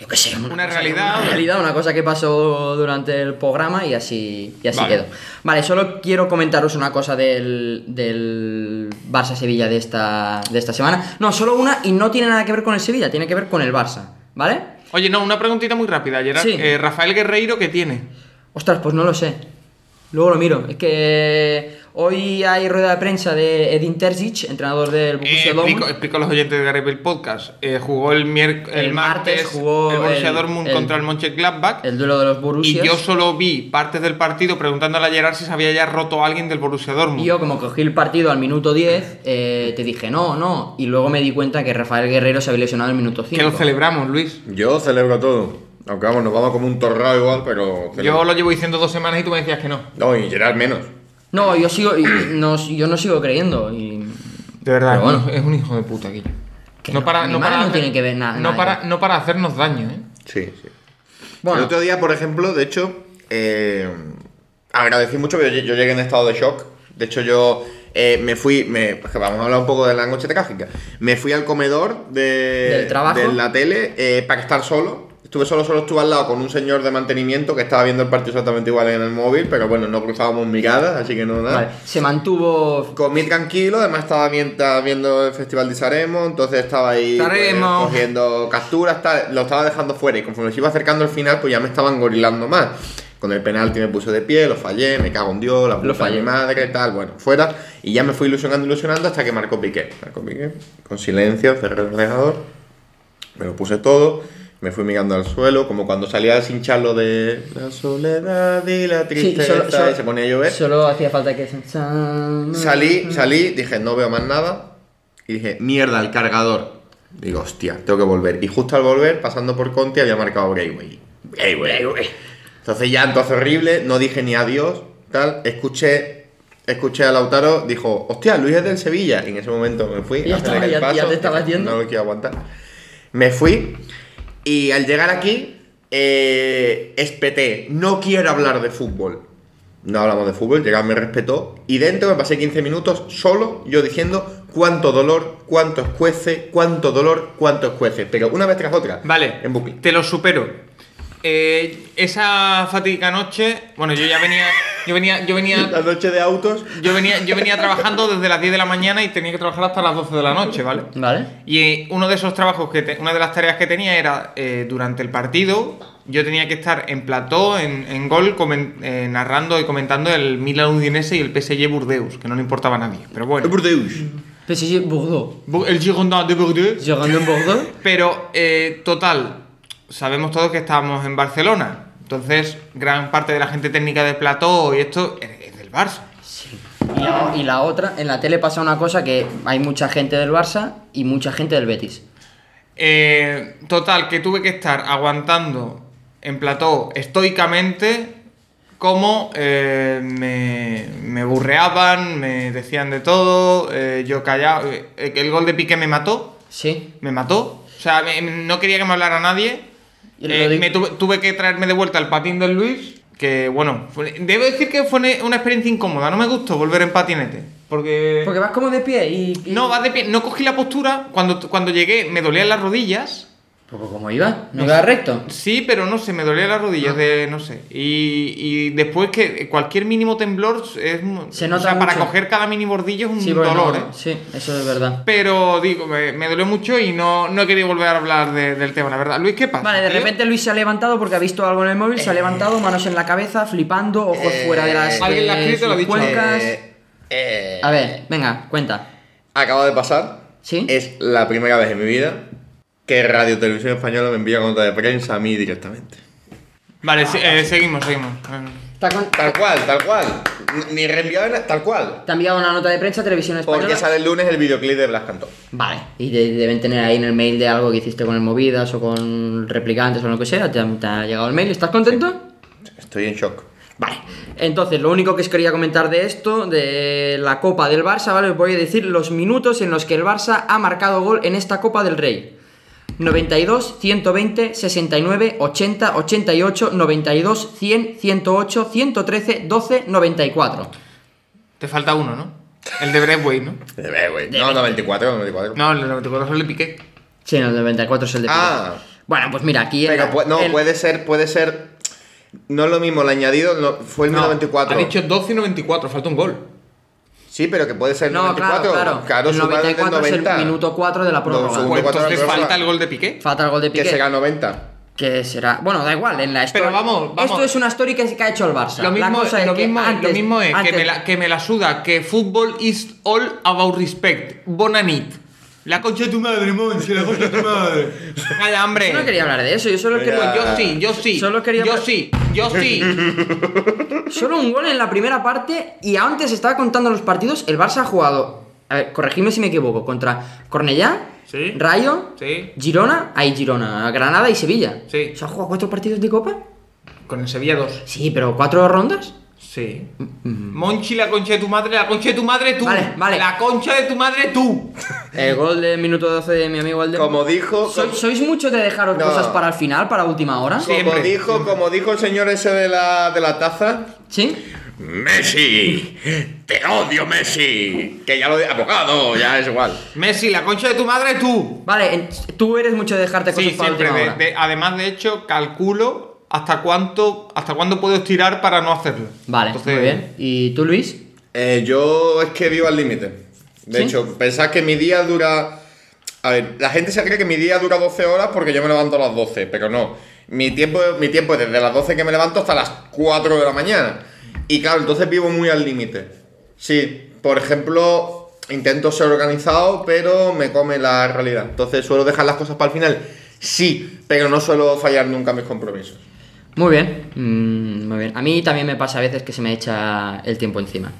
[SPEAKER 2] yo qué sé,
[SPEAKER 3] Una
[SPEAKER 2] cosa-
[SPEAKER 3] realidad.
[SPEAKER 2] Una realidad, una cosa que pasó durante el programa y así, y así
[SPEAKER 3] Vale.
[SPEAKER 2] quedó. Vale, solo quiero comentaros una cosa del, del Barça-Sevilla de esta, de esta semana. No, solo una y no tiene nada que ver con el Sevilla, tiene que ver con el Barça, ¿vale?
[SPEAKER 3] Oye, no, una preguntita muy rápida, Gerard.
[SPEAKER 2] Sí.
[SPEAKER 3] Eh, Rafael Guerreiro, ¿qué tiene?
[SPEAKER 2] Ostras, pues no lo sé. Luego lo miro. Es que hoy hay rueda de prensa de Edin Terzic, entrenador del
[SPEAKER 3] Eh,
[SPEAKER 2] Borussia Dortmund.
[SPEAKER 3] explico, explico a los oyentes de Garibel Podcast. Eh, jugó el, mier- el,
[SPEAKER 2] El martes
[SPEAKER 3] martes,
[SPEAKER 2] jugó
[SPEAKER 3] el Borussia
[SPEAKER 2] el-
[SPEAKER 3] Dortmund
[SPEAKER 2] el-
[SPEAKER 3] contra el Mönchengladbach
[SPEAKER 2] El duelo de los
[SPEAKER 3] y
[SPEAKER 2] Borussias.
[SPEAKER 3] yo solo vi partes del partido preguntándole a Gerard si se había ya roto a alguien del Borussia Dortmund.
[SPEAKER 2] Y yo, como cogí el partido al minuto 10, eh, te dije no, no. Y luego me di cuenta que Rafael Guerrero se había lesionado al minuto 5.
[SPEAKER 3] que lo celebramos, Luis.
[SPEAKER 4] Yo celebro todo. Aunque vamos, nos vamos como un torrado igual, pero.
[SPEAKER 3] Yo lo llevo diciendo dos semanas y tú me decías que no.
[SPEAKER 4] No, y Gerard menos.
[SPEAKER 2] No, yo sigo, y- no, yo no sigo creyendo. y-
[SPEAKER 3] De verdad,
[SPEAKER 2] Pero bueno.
[SPEAKER 3] es un hijo de puta aquí.
[SPEAKER 2] Que no, mi madre no tiene que ver nada-
[SPEAKER 3] No
[SPEAKER 2] nada
[SPEAKER 3] para,
[SPEAKER 2] ya.
[SPEAKER 3] no para hacernos daño, ¿eh?
[SPEAKER 4] Sí, sí. El
[SPEAKER 2] Bueno,
[SPEAKER 4] otro día, por ejemplo, de hecho, eh, agradecí mucho, pero yo, yo llegué en estado de shock. De hecho, yo eh, me fui, me, pues que vamos a hablar un poco de la noche tecágica. Me fui al comedor de,
[SPEAKER 2] Del trabajo.
[SPEAKER 4] de la tele eh, para estar solo. Estuve solo, solo estuve al lado con un señor de mantenimiento que estaba viendo el partido exactamente igual en el móvil, pero bueno, no cruzábamos miradas, así que no nada.
[SPEAKER 2] vale, se mantuvo.
[SPEAKER 4] Comí tranquilo, además estaba, bien- estaba viendo el festival de Saremo, entonces estaba ahí pues,
[SPEAKER 3] Saremo.
[SPEAKER 4] cogiendo capturas, tal, lo estaba dejando fuera y conforme se iba acercando al final, pues ya me estaban gorilando más. Con el penalti me puse de pie, lo fallé, me cago en Dios, la puta
[SPEAKER 2] Lo fallé.
[SPEAKER 4] de mi madre, tal, bueno, fuera. Y ya me fui ilusionando, ilusionando hasta que marcó Piqué. Marcó Piqué, con silencio, cerré el ordenador, me lo puse todo, me fui mirando al suelo, como cuando salía a hincharlo de la soledad y la
[SPEAKER 2] Sí,
[SPEAKER 4] tristeza,
[SPEAKER 2] solo- solo-
[SPEAKER 4] y se ponía a llover.
[SPEAKER 2] Solo hacía falta que.
[SPEAKER 4] Salí, salí, dije, no veo más nada. Y dije, mierda, el cargador. Digo, hostia, tengo que volver. Y justo al volver, pasando por Conti, había marcado Brayway. Brayway. Entonces ya, entonces horrible, no dije ni adiós, tal. Escuché, escuché a Lautaro, dijo, hostia, Luis es del Sevilla. Y en ese momento me fui.
[SPEAKER 2] Ya estaba,
[SPEAKER 4] aceleré el
[SPEAKER 2] ya- ya
[SPEAKER 4] paso,
[SPEAKER 2] te estabas
[SPEAKER 4] dije,
[SPEAKER 2] yendo.
[SPEAKER 4] No lo quiero aguantar. Me fui y al llegar aquí, eh, espeté, no quiero hablar de fútbol. No hablamos de fútbol, llegar me respetó. Y dentro me pasé 15 minutos solo, yo diciendo cuánto dolor, cuánto escuece, cuánto dolor, cuánto escuece. Pero una vez tras otra.
[SPEAKER 3] Vale,
[SPEAKER 4] En bucle.
[SPEAKER 3] te lo supero. Eh, esa fatídica noche, bueno, yo ya venía, yo venía, yo
[SPEAKER 4] La
[SPEAKER 3] venía,
[SPEAKER 4] noche de autos.
[SPEAKER 3] yo venía, yo venía trabajando desde las 10 de la mañana y tenía que trabajar hasta las 12 de la noche, ¿vale?
[SPEAKER 2] Vale.
[SPEAKER 3] Y eh, uno de esos trabajos que te- una de las tareas que tenía era eh, durante el partido yo tenía que estar en plató, en, en gol, comen- eh, narrando y comentando el Milan Udinese y el PSG Burdeos, que no le importaba a nadie. Pero bueno,
[SPEAKER 2] PSG Pues Bordeaux.
[SPEAKER 3] Bu- el Girondin de Bordeaux.
[SPEAKER 2] Llegando en Bordeaux.
[SPEAKER 3] Pero eh, total, sabemos todos que estábamos en Barcelona, entonces gran parte de la gente técnica de plató y esto es es del Barça.
[SPEAKER 2] Y la, y la otra, en la tele pasa una cosa que hay mucha gente del Barça y mucha gente del Betis.
[SPEAKER 3] Eh, total, que tuve que estar aguantando en plató estoicamente como eh, me, me burreaban, me decían de todo, eh, yo callaba. eh, el gol de Piqué me mató,
[SPEAKER 2] Sí.
[SPEAKER 3] me mató. O sea, me- no quería que me hablara nadie.
[SPEAKER 2] Y lo
[SPEAKER 3] Eh,
[SPEAKER 2] di-
[SPEAKER 3] me tuve, tuve que traerme de vuelta el patín del Luis, que bueno, fue- debo decir que fue una- una experiencia incómoda, no me gustó volver en patinete. Porque...
[SPEAKER 2] Porque vas como de pie y. y-
[SPEAKER 3] No, vas de pie. No cogí la postura. Cuando, cuando llegué, me dolían las rodillas.
[SPEAKER 2] Poco como iba, no queda recto.
[SPEAKER 3] Sí, pero no sé, me dolían las
[SPEAKER 2] Ah.
[SPEAKER 3] rodillas de. No sé. Y, y después que cualquier mínimo temblor es. mu-
[SPEAKER 2] Se nota
[SPEAKER 3] o sea, para
[SPEAKER 2] mucho.
[SPEAKER 3] coger cada mini bordillo es un
[SPEAKER 2] Sí, porque
[SPEAKER 3] dolor,
[SPEAKER 2] no-
[SPEAKER 3] ¿eh?
[SPEAKER 2] sí, eso es verdad.
[SPEAKER 3] Pero digo, me, me dolió mucho y no, no he querido volver a hablar de- del tema, la verdad. Luis, ¿qué pasa?
[SPEAKER 2] Vale, de
[SPEAKER 3] tío?
[SPEAKER 2] repente Luis se ha levantado porque ha visto algo en el móvil,
[SPEAKER 3] Eh.
[SPEAKER 2] se ha levantado, manos en la cabeza, flipando, ojos
[SPEAKER 4] Eh,
[SPEAKER 2] fuera de las
[SPEAKER 3] alguien la ha
[SPEAKER 2] de
[SPEAKER 3] escrito, lo ha
[SPEAKER 2] sus
[SPEAKER 3] dicho.
[SPEAKER 2] cuencas.
[SPEAKER 4] Eh, eh,
[SPEAKER 2] A ver, venga, cuenta.
[SPEAKER 4] Acaba de pasar.
[SPEAKER 2] ¿Sí?
[SPEAKER 4] Es la primera vez en mi vida que Radio Televisión Española me envía nota de prensa a mí directamente.
[SPEAKER 2] Ah,
[SPEAKER 3] Vale, sí, eh, seguimos, seguimos. Eh,
[SPEAKER 2] Te ha con-
[SPEAKER 4] Tal cual, tal cual. Ni reenviado nada, tal cual.
[SPEAKER 2] te ha enviado una nota de prensa a Televisión Española.
[SPEAKER 4] Porque sale el lunes el videoclip de Blas Cantó.
[SPEAKER 2] Vale, y de- deben tener ahí en el mail de algo que hiciste con el Movidas o con Replicantes o lo que sea. Te ha, te ha llegado el mail, ¿estás contento?
[SPEAKER 4] Estoy en shock.
[SPEAKER 2] Vale, entonces lo único que os quería comentar de esto, de la Copa del Barça, ¿vale? Os voy a decir los minutos en los que el Barça ha marcado gol en esta Copa del Rey. 92, 120, 69, 80, 88, 92, 100, 108, 113, 12, 94.
[SPEAKER 3] Te falta uno, ¿no? El de Breathway, ¿no?
[SPEAKER 4] De ver, güey. No, 94, 94.
[SPEAKER 3] No, el de 94 solo le piqué.
[SPEAKER 2] Sí, no, el 94 es el de Piqué.
[SPEAKER 4] Ah.
[SPEAKER 2] Bueno, pues mira, aquí... en
[SPEAKER 4] Pero
[SPEAKER 2] la-
[SPEAKER 4] pu- no,
[SPEAKER 2] en-
[SPEAKER 4] puede ser, puede ser. No es lo mismo, el añadido no, fue el
[SPEAKER 3] No,
[SPEAKER 4] 94.
[SPEAKER 3] Ha dicho 12 y 94, falta un gol.
[SPEAKER 4] Sí, pero que puede ser el
[SPEAKER 2] No, claro,
[SPEAKER 4] 94.
[SPEAKER 2] claro. el
[SPEAKER 4] sumaron el
[SPEAKER 2] 94
[SPEAKER 4] 90,
[SPEAKER 2] es el minuto 4 de la prórroga.
[SPEAKER 4] segundo
[SPEAKER 3] Pues
[SPEAKER 4] 94
[SPEAKER 3] entonces
[SPEAKER 4] de prórroga.
[SPEAKER 3] falta el gol de Piqué.
[SPEAKER 2] Falta el gol de
[SPEAKER 4] que
[SPEAKER 2] Piqué.
[SPEAKER 4] será 90.
[SPEAKER 2] que será. Bueno, da igual, en la
[SPEAKER 3] Pero
[SPEAKER 2] historia.
[SPEAKER 3] vamos, vamos.
[SPEAKER 2] Esto es una historia que, que ha hecho el Barça.
[SPEAKER 3] Lo
[SPEAKER 2] La
[SPEAKER 3] mismo,
[SPEAKER 2] cosa es
[SPEAKER 3] lo,
[SPEAKER 2] que
[SPEAKER 3] mismo,
[SPEAKER 2] antes-
[SPEAKER 3] lo mismo es
[SPEAKER 2] antes-
[SPEAKER 3] que me, la, que me la suda, que fútbol is all about respect. Bonanit. La concha de tu madre, Monchi, la concha de tu madre. Vaya, hambre.
[SPEAKER 2] Yo no quería hablar de eso, yo solo
[SPEAKER 4] Mira.
[SPEAKER 2] quería.
[SPEAKER 3] Pues yo sí, yo sí.
[SPEAKER 2] Solo quería-
[SPEAKER 3] Yo sí, yo sí.
[SPEAKER 2] Solo un gol en la primera parte y antes estaba contando los partidos. El Barça ha jugado. A ver, corregidme si me equivoco. Contra Cornellá,
[SPEAKER 3] Sí.
[SPEAKER 2] Rayo,
[SPEAKER 3] Sí.
[SPEAKER 2] Girona, ahí Girona, Granada y Sevilla.
[SPEAKER 3] Sí.
[SPEAKER 2] ¿Se han jugado cuatro partidos de Copa?
[SPEAKER 3] Con el Sevilla 2.
[SPEAKER 2] Sí, pero cuatro rondas.
[SPEAKER 3] Sí. Monchi, la concha de tu madre, la concha de tu madre, tú.
[SPEAKER 2] Mm-hmm. Vale, vale.
[SPEAKER 3] La concha de tu madre, tú.
[SPEAKER 2] El gol del minuto 12 de mi amigo Alden.
[SPEAKER 4] Como dijo.
[SPEAKER 2] So- ¿Sois muchos de dejaros
[SPEAKER 4] No.
[SPEAKER 2] cosas para el final, para última hora?
[SPEAKER 4] como
[SPEAKER 3] siempre,
[SPEAKER 4] dijo, como dijo el señor ese de la, de la taza.
[SPEAKER 2] ¿Sí?
[SPEAKER 4] Messi, te odio Messi, que ya lo he abogado, ya es igual.
[SPEAKER 3] Messi, la concha de tu madre, tú.
[SPEAKER 2] Vale, en- tú eres mucho de dejarte cosas
[SPEAKER 3] Sí,
[SPEAKER 2] para
[SPEAKER 3] siempre.
[SPEAKER 2] última
[SPEAKER 3] de-
[SPEAKER 2] hora.
[SPEAKER 3] de- además, de hecho, calculo hasta cuánto, hasta cuándo puedo estirar para no hacerlo.
[SPEAKER 2] Vale,
[SPEAKER 3] Entonces,
[SPEAKER 2] muy bien. ¿Y tú, Luis?
[SPEAKER 4] Eh, yo es que vivo al límite. De
[SPEAKER 2] ¿Sí?
[SPEAKER 4] hecho, pensad que mi día dura. A ver, la gente se cree que mi día dura 12 horas porque yo me levanto a las 12, pero no. Mi tiempo, mi tiempo es desde las 12 que me levanto hasta las 4 de la mañana. Y claro, entonces vivo muy al límite. Sí, por ejemplo, intento ser organizado, pero me come la realidad. Entonces suelo dejar las cosas para el final. Sí, pero no suelo fallar nunca mis compromisos.
[SPEAKER 2] Muy bien. mm, muy bien. A mí también me pasa a veces que se me echa el tiempo encima.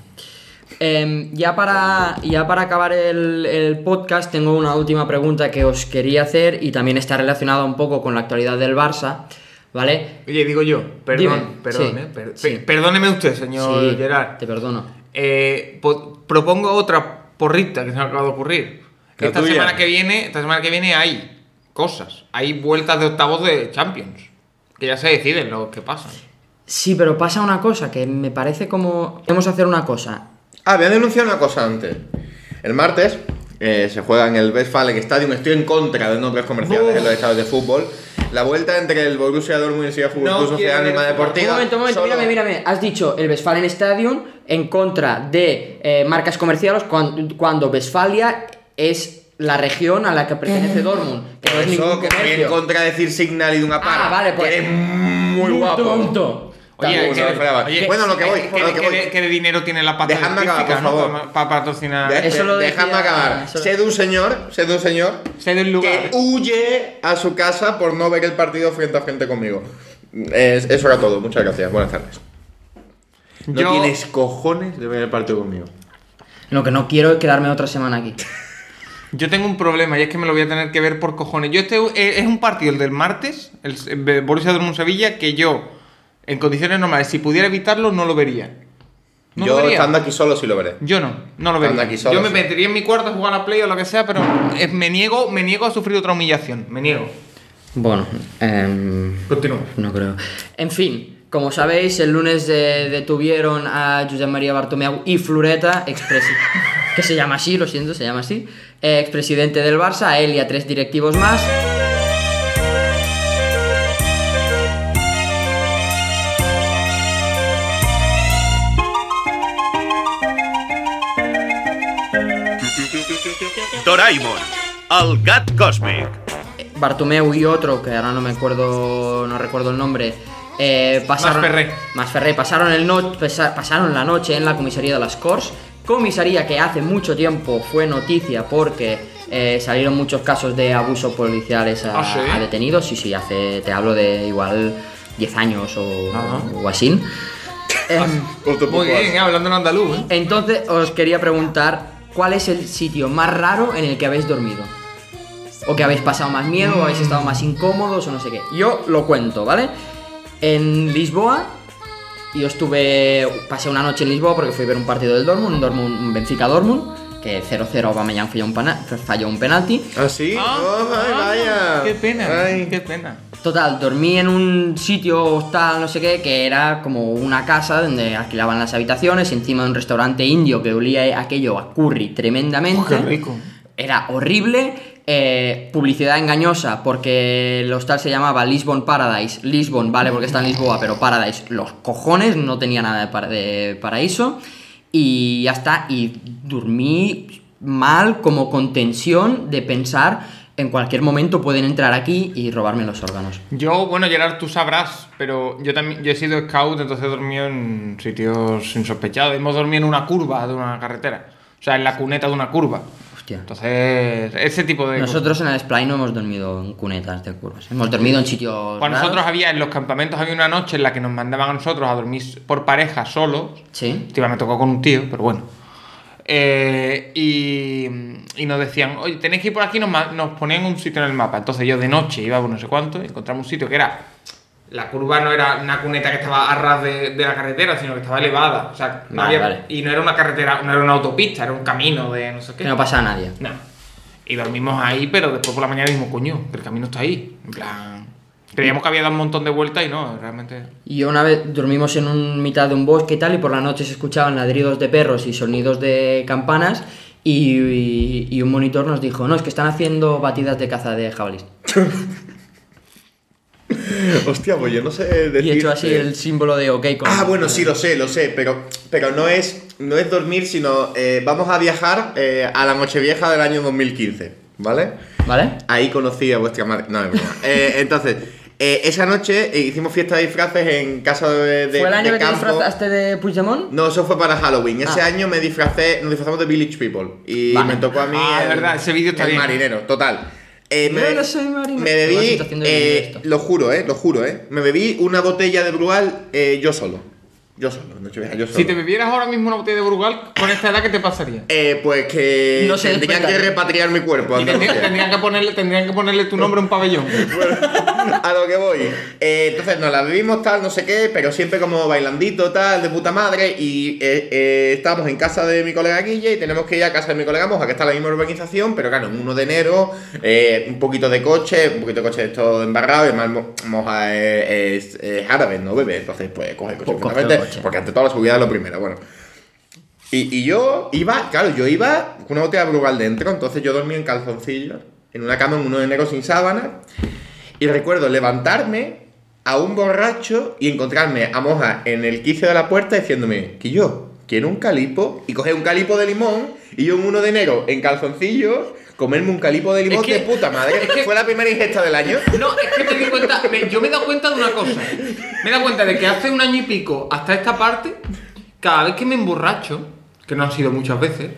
[SPEAKER 2] Em, ya, para, ya para acabar el, el podcast, tengo una última pregunta que os quería hacer y también está relacionada un poco con la actualidad del Barça, ¿vale?
[SPEAKER 3] Oye, digo yo, perdón,
[SPEAKER 2] Dime,
[SPEAKER 3] perdón,
[SPEAKER 2] sí,
[SPEAKER 3] eh, per-
[SPEAKER 2] sí.
[SPEAKER 3] per- perdóneme usted, señor
[SPEAKER 2] Sí,
[SPEAKER 3] Gerard.
[SPEAKER 2] Te perdono.
[SPEAKER 3] Eh, po- propongo otra porrita que se me acaba de ocurrir.
[SPEAKER 4] La
[SPEAKER 3] Esta
[SPEAKER 4] tuya.
[SPEAKER 3] semana que viene, esta semana que viene hay cosas, hay vueltas de octavos de Champions, que ya se deciden los que pasan.
[SPEAKER 2] Sí, pero pasa una cosa que me parece como... Vamos a hacer una cosa.
[SPEAKER 4] Ah, voy a denunciar una cosa antes. El martes eh, se juega en el Westfalen Stadium. Estoy en contra de nombres comerciales
[SPEAKER 3] Uf.
[SPEAKER 4] en los estados de fútbol. La vuelta entre el Borussia Dortmund y el Fútbol
[SPEAKER 3] No
[SPEAKER 4] Club
[SPEAKER 3] quiero
[SPEAKER 4] Sociedad
[SPEAKER 3] ver
[SPEAKER 4] Anima
[SPEAKER 3] fútbol.
[SPEAKER 4] Deportiva.
[SPEAKER 2] un momento, un momento,
[SPEAKER 4] Solo-
[SPEAKER 2] mírame, mírame. Has dicho el Westfalen Stadium en contra de eh, marcas comerciales cuando, cuando Westfalia es la región a la que pertenece Dortmund, que no es ningún
[SPEAKER 4] Eso, que estoy en
[SPEAKER 2] comercio.
[SPEAKER 4] contra de decir Signal y de una para.
[SPEAKER 2] Ah, vale, pues.
[SPEAKER 4] Que eres muy
[SPEAKER 2] Un
[SPEAKER 4] guapo.
[SPEAKER 2] tonto.
[SPEAKER 4] Oye,
[SPEAKER 3] que-
[SPEAKER 4] no me esperaba.
[SPEAKER 3] oye,
[SPEAKER 4] bueno, lo que voy,
[SPEAKER 3] ¿qué-
[SPEAKER 4] a lo que
[SPEAKER 3] qué
[SPEAKER 4] voy.
[SPEAKER 3] de- qué de dinero tiene la pasta
[SPEAKER 4] Dejadme acabar,
[SPEAKER 3] elíptica,
[SPEAKER 4] por
[SPEAKER 3] ¿no?
[SPEAKER 4] favor.
[SPEAKER 3] Para, para patrocinar.
[SPEAKER 4] De-
[SPEAKER 2] Eso lo
[SPEAKER 4] de- dejadme
[SPEAKER 2] decía-
[SPEAKER 4] acabar.
[SPEAKER 2] eso-
[SPEAKER 4] Sé de un señor, sé de un señor
[SPEAKER 3] Sé del lugar.
[SPEAKER 4] que uh, huye a su casa por no ver el partido frente a frente conmigo. Es- eso era todo. Muchas gracias. Buenas tardes. No
[SPEAKER 3] Yo-
[SPEAKER 4] tienes cojones de ver el partido conmigo.
[SPEAKER 2] Lo que no quiero es quedarme otra semana aquí.
[SPEAKER 3] Yo tengo un problema y es que me lo voy a tener que ver por cojones. Yo este eh, es un partido el del martes, el s- eh, Borussia Dortmund Sevilla, que yo en condiciones normales, si pudiera evitarlo, no lo vería. No lo
[SPEAKER 4] Yo
[SPEAKER 3] vería.
[SPEAKER 4] estando aquí solo sí lo veré.
[SPEAKER 3] Yo no, no lo
[SPEAKER 4] Estando
[SPEAKER 3] vería.
[SPEAKER 4] aquí solo,
[SPEAKER 3] yo me
[SPEAKER 4] sí.
[SPEAKER 3] metería en mi cuarto a jugar a play o lo que sea, pero eh, me niego, me niego a sufrir otra humillación. Me niego.
[SPEAKER 2] Bueno, em,
[SPEAKER 3] Continúo.
[SPEAKER 2] no creo. En fin, como sabéis, el lunes eh, detuvieron a Josep María Bartomeu y Floreta, expresi- que se llama así, lo siento, se llama así, eh, expresidente del Barça, a él y a tres directivos más.
[SPEAKER 5] Doraemon, el gat còsmic.
[SPEAKER 2] Bartomeu y otro, que ahora no me acuerdo, no recuerdo el nombre, eh, pasaron,
[SPEAKER 3] Masferré.
[SPEAKER 2] Masferré, pasaron, el no- pesa- pasaron la noche en la comisaría de las Corts, comisaría que hace mucho tiempo fue noticia porque eh, salieron muchos casos de abusos policiales a,
[SPEAKER 3] ¿Ah, sí?
[SPEAKER 2] a detenidos, sí, sí, hace, te hablo de igual 10 años o,
[SPEAKER 3] Ajá. Ah,
[SPEAKER 2] o así. Em,
[SPEAKER 3] Muy bien, eh, hablando en andaluz. eh.
[SPEAKER 2] entonces os quería preguntar, ¿cuál es el sitio más raro en el que habéis dormido? O que habéis pasado más miedo, o habéis estado más incómodos, o no sé qué. Yo lo cuento, ¿vale? En Lisboa, yo estuve, pasé una noche en Lisboa porque fui a ver un partido del Dortmund, un, Dortmund, un Benfica Dortmund. que 0-0 Aubameyang falló un, pana- falló un penalti.
[SPEAKER 4] ¿Ah, sí? Oh, ay, vaya.
[SPEAKER 3] ah, Qué pena,
[SPEAKER 4] Ay.
[SPEAKER 3] qué pena.
[SPEAKER 2] Total, dormí en un sitio, hostal, no sé qué, que era como una casa donde alquilaban las habitaciones, encima de un restaurante indio que olía aquello a curry tremendamente.
[SPEAKER 3] Oh, qué rico.
[SPEAKER 2] Era horrible. eh, publicidad engañosa, porque el hostal se llamaba Lisbon Paradise. Lisbon, vale, porque está en Lisboa, pero Paradise, los cojones, no tenía nada de, para- de paraíso. Y ya está, y dormí mal, como con tensión de pensar. En cualquier momento pueden entrar aquí y robarme los órganos.
[SPEAKER 3] Yo, bueno, Gerard, tú sabrás, pero yo también yo he sido scout, entonces he dormido en sitios insospechados. Hemos dormido en una curva de una carretera. O sea, en la cuneta de una curva.
[SPEAKER 2] Hostia.
[SPEAKER 3] Entonces, ese tipo de... cosas.
[SPEAKER 2] Nosotros en el Splay no hemos dormido en cunetas de curvas. Hemos dormido en sitios.
[SPEAKER 3] Pues nosotros
[SPEAKER 2] raros.
[SPEAKER 3] había, en los campamentos había una noche en la que nos mandaban a nosotros a dormir por pareja solos.
[SPEAKER 2] Sí.
[SPEAKER 3] Tío, me tocó con un tío, pero bueno. Eh, y, y nos decían, oye, tenéis que ir por aquí, nos, ma- nos ponían un sitio en el mapa. Entonces yo de noche iba por no sé cuánto, y encontramos un sitio que era... La curva no era una cuneta que estaba a ras de, de la carretera, sino que estaba elevada. O sea, no
[SPEAKER 2] Vale,
[SPEAKER 3] había-
[SPEAKER 2] vale.
[SPEAKER 3] y no era una carretera, no era una autopista, era un camino de no sé qué.
[SPEAKER 2] Que no pasa a nadie.
[SPEAKER 3] No. Y dormimos ahí, pero después por la mañana dijimos, coño, que el camino está ahí. En plan. Creíamos que había dado un montón de vueltas y no, realmente.
[SPEAKER 2] Y yo una vez dormimos en un mitad de un bosque y tal, y por la noche se escuchaban ladridos de perros y sonidos de campanas. Y, y- y un monitor nos dijo: No, es que están haciendo batidas de caza de jabalís.
[SPEAKER 4] Hostia, pues yo no sé decir. eh,
[SPEAKER 2] Y he hecho así el símbolo de OK con.
[SPEAKER 4] Ah, bueno, sí, lo sé, lo sé, pero, pero no, es, no es dormir, sino eh, vamos a viajar eh, a la Nochevieja del año 2015, ¿vale?
[SPEAKER 2] ¿Vale?
[SPEAKER 4] Ahí conocí a vuestra madre. No, es broma. Eh, entonces, eh, esa noche eh, hicimos fiesta de disfraces en casa de, de
[SPEAKER 2] ¿Fue el año
[SPEAKER 4] de
[SPEAKER 2] que te
[SPEAKER 4] campo.
[SPEAKER 2] disfrazaste de Puigdemont?
[SPEAKER 4] No, eso fue para Halloween. Ese
[SPEAKER 2] Ah.
[SPEAKER 4] año me disfracé, nos disfrazamos de Village People. Y
[SPEAKER 2] Vale.
[SPEAKER 4] me tocó a mí.
[SPEAKER 3] Ah,
[SPEAKER 4] el,
[SPEAKER 3] verdad, ese vídeo está
[SPEAKER 4] el
[SPEAKER 3] bien.
[SPEAKER 4] marinero, total. Eh,
[SPEAKER 2] Yo no soy marinero.
[SPEAKER 4] Me
[SPEAKER 2] Tengo la
[SPEAKER 4] bebí,
[SPEAKER 2] sensación de
[SPEAKER 4] eh,
[SPEAKER 2] vivir esto.
[SPEAKER 4] lo juro, eh, lo juro, eh. Me bebí una botella de Brugal eh, yo solo. Yo solo, Nochevieja, yo solo.
[SPEAKER 3] Si te bebieras ahora mismo una botella de Brugal, con esta edad, ¿qué te pasaría?
[SPEAKER 4] Eh, pues que
[SPEAKER 2] No se
[SPEAKER 4] tendrían que
[SPEAKER 2] despertaría.
[SPEAKER 4] repatriar mi cuerpo. a
[SPEAKER 3] Y tendría-
[SPEAKER 4] Andalucía.
[SPEAKER 3] tendrían, que ponerle, tendrían que ponerle tu nombre a un pabellón.
[SPEAKER 4] Bueno, a lo que voy. Eh, entonces nos la bebimos tal, no sé qué, pero siempre como bailandito tal, de puta madre. Y eh, eh, estábamos en casa de mi colega Guille y tenemos que ir a casa de mi colega Moja, que está en la misma urbanización, pero claro, en 1 de enero, eh, un poquito de coche, un poquito de coche de esto embarrado, y además Mo- Moja es, es- es árabe, no bebe, entonces pues coge el coche.
[SPEAKER 2] Pues, coge el
[SPEAKER 4] perfectamente,
[SPEAKER 2] coche.
[SPEAKER 4] Porque ante todo la seguridad es lo primero, bueno. Y, y yo iba, claro, yo iba con una botella de brugal dentro, entonces yo dormía en calzoncillos, en una cama en 1 de enero sin sábana, y recuerdo levantarme a un borracho y encontrarme a Moja en el quicio de la puerta diciéndome que yo quiero un calipo y coger un calipo de limón y yo un 1 de enero en calzoncillos comerme un calipo de limón
[SPEAKER 3] Es que-
[SPEAKER 4] de puta madre. Fue la primera ingesta del año.
[SPEAKER 3] No, es que me di cuenta, me- yo me he dado cuenta de una cosa. Me he dado cuenta de que hace un año y pico, hasta esta parte, cada vez que me emborracho, que no han sido muchas veces,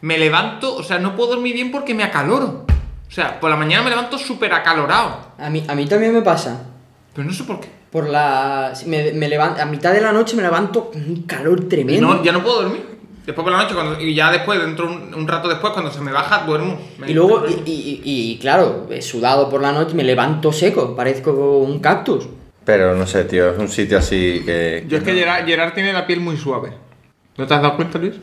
[SPEAKER 3] me levanto, o sea, no puedo dormir bien porque me acaloro. O sea, por la mañana me levanto súper acalorado.
[SPEAKER 2] A mí, a mí también me pasa.
[SPEAKER 3] Pero no sé por qué.
[SPEAKER 2] Por la. Me, me levan- a mitad de la noche me levanto con un calor tremendo.
[SPEAKER 3] No, ya no puedo dormir. Después por la noche, cuando- y ya después, dentro un, un rato después, cuando se me baja, duermo. Me-
[SPEAKER 2] Y luego, y, y- y- y claro, he sudado por la noche, me levanto seco, parezco un cactus.
[SPEAKER 4] Pero no sé, tío, es un sitio así que...
[SPEAKER 3] Yo es que Gerard, Gerard tiene la piel muy suave. ¿No te has dado cuenta, Luis?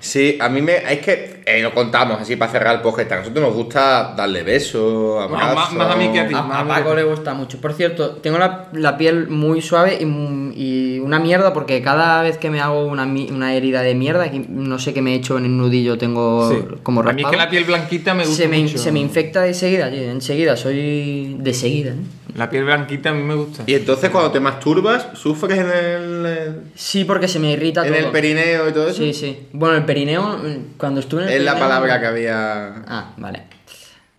[SPEAKER 4] Sí, a mí me... Es que eh, lo contamos así para cerrar el podcast. A nosotros nos gusta darle besos,
[SPEAKER 3] Bueno, más-
[SPEAKER 4] abrazos...
[SPEAKER 3] más a mí que a ti.
[SPEAKER 2] A, a Paco le gusta mucho. Por cierto, tengo la, la piel muy suave y, mu- y una mierda porque cada vez que me hago una, mi- una herida de mierda, que no sé qué me he hecho en el nudillo, tengo como
[SPEAKER 3] A mí es
[SPEAKER 2] raspado,
[SPEAKER 3] que la piel blanquita me gusta
[SPEAKER 2] se, me, in-
[SPEAKER 3] mucho.
[SPEAKER 2] se me infecta de seguida, tío, enseguida, soy de seguida. ¿eh?
[SPEAKER 3] La piel blanquita a mí me gusta.
[SPEAKER 4] Y entonces cuando te masturbas, sufres en el... eh,
[SPEAKER 2] Sí, porque se me irrita
[SPEAKER 4] En
[SPEAKER 2] todo.
[SPEAKER 4] el perineo y todo eso.
[SPEAKER 2] Sí, sí. Bueno, el perineo, mm, cuando estuve en el
[SPEAKER 4] Es la
[SPEAKER 2] perineo-
[SPEAKER 4] palabra que había.
[SPEAKER 2] Ah, vale.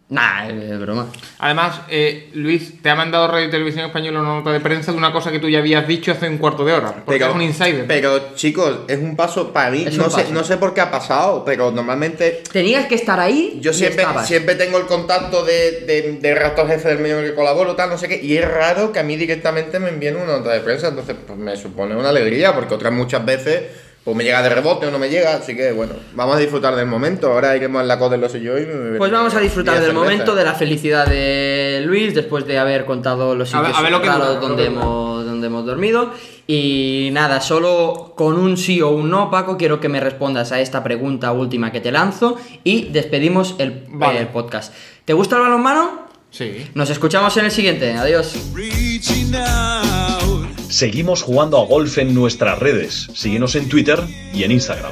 [SPEAKER 2] Nah, es broma.
[SPEAKER 3] Además, eh, Luis, te ha mandado Radio y Televisión Española una nota de prensa de una cosa que tú ya habías dicho hace un cuarto de hora. Porque es un insider.
[SPEAKER 4] Pero chicos, es un paso para mí.
[SPEAKER 2] Es
[SPEAKER 4] No
[SPEAKER 2] un
[SPEAKER 4] sé,
[SPEAKER 2] paso.
[SPEAKER 4] no sé por qué ha pasado, pero normalmente.
[SPEAKER 2] Tenías que estar ahí.
[SPEAKER 4] Yo
[SPEAKER 2] y
[SPEAKER 4] siempre,
[SPEAKER 2] estabas.
[SPEAKER 4] siempre tengo el contacto de, de, de redactor jefe del medio en el que colaboro, tal, no sé qué. Y es raro que a mí directamente me envíen una nota de prensa. Entonces, pues me supone una alegría, porque otras muchas veces. Pues me llega de rebote o no me llega, así que bueno, vamos a disfrutar del momento. Ahora iremos a la cosa de los y yo y me-
[SPEAKER 2] Pues vamos a disfrutar
[SPEAKER 4] y
[SPEAKER 2] del
[SPEAKER 4] cerveza.
[SPEAKER 2] momento de la felicidad de Luis después de haber contado los
[SPEAKER 3] A ver-
[SPEAKER 2] sitios
[SPEAKER 3] a ver lo que
[SPEAKER 2] raros
[SPEAKER 3] dura, lo
[SPEAKER 2] donde
[SPEAKER 3] que dura.
[SPEAKER 2] hemos donde donde hemos dormido. Y nada, solo con un sí o un no, Paco, quiero que me respondas a esta pregunta última que te lanzo y despedimos el,
[SPEAKER 3] Vale.
[SPEAKER 2] el podcast. ¿Te gusta el balonmano?
[SPEAKER 3] Sí.
[SPEAKER 2] Nos escuchamos en el siguiente. Adiós.
[SPEAKER 6] Reaching out.
[SPEAKER 1] Seguimos jugando a golf en nuestras redes. Síguenos en Twitter y en Instagram.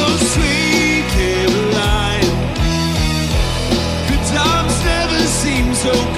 [SPEAKER 6] Oh, sweet Caroline. Good times never seem so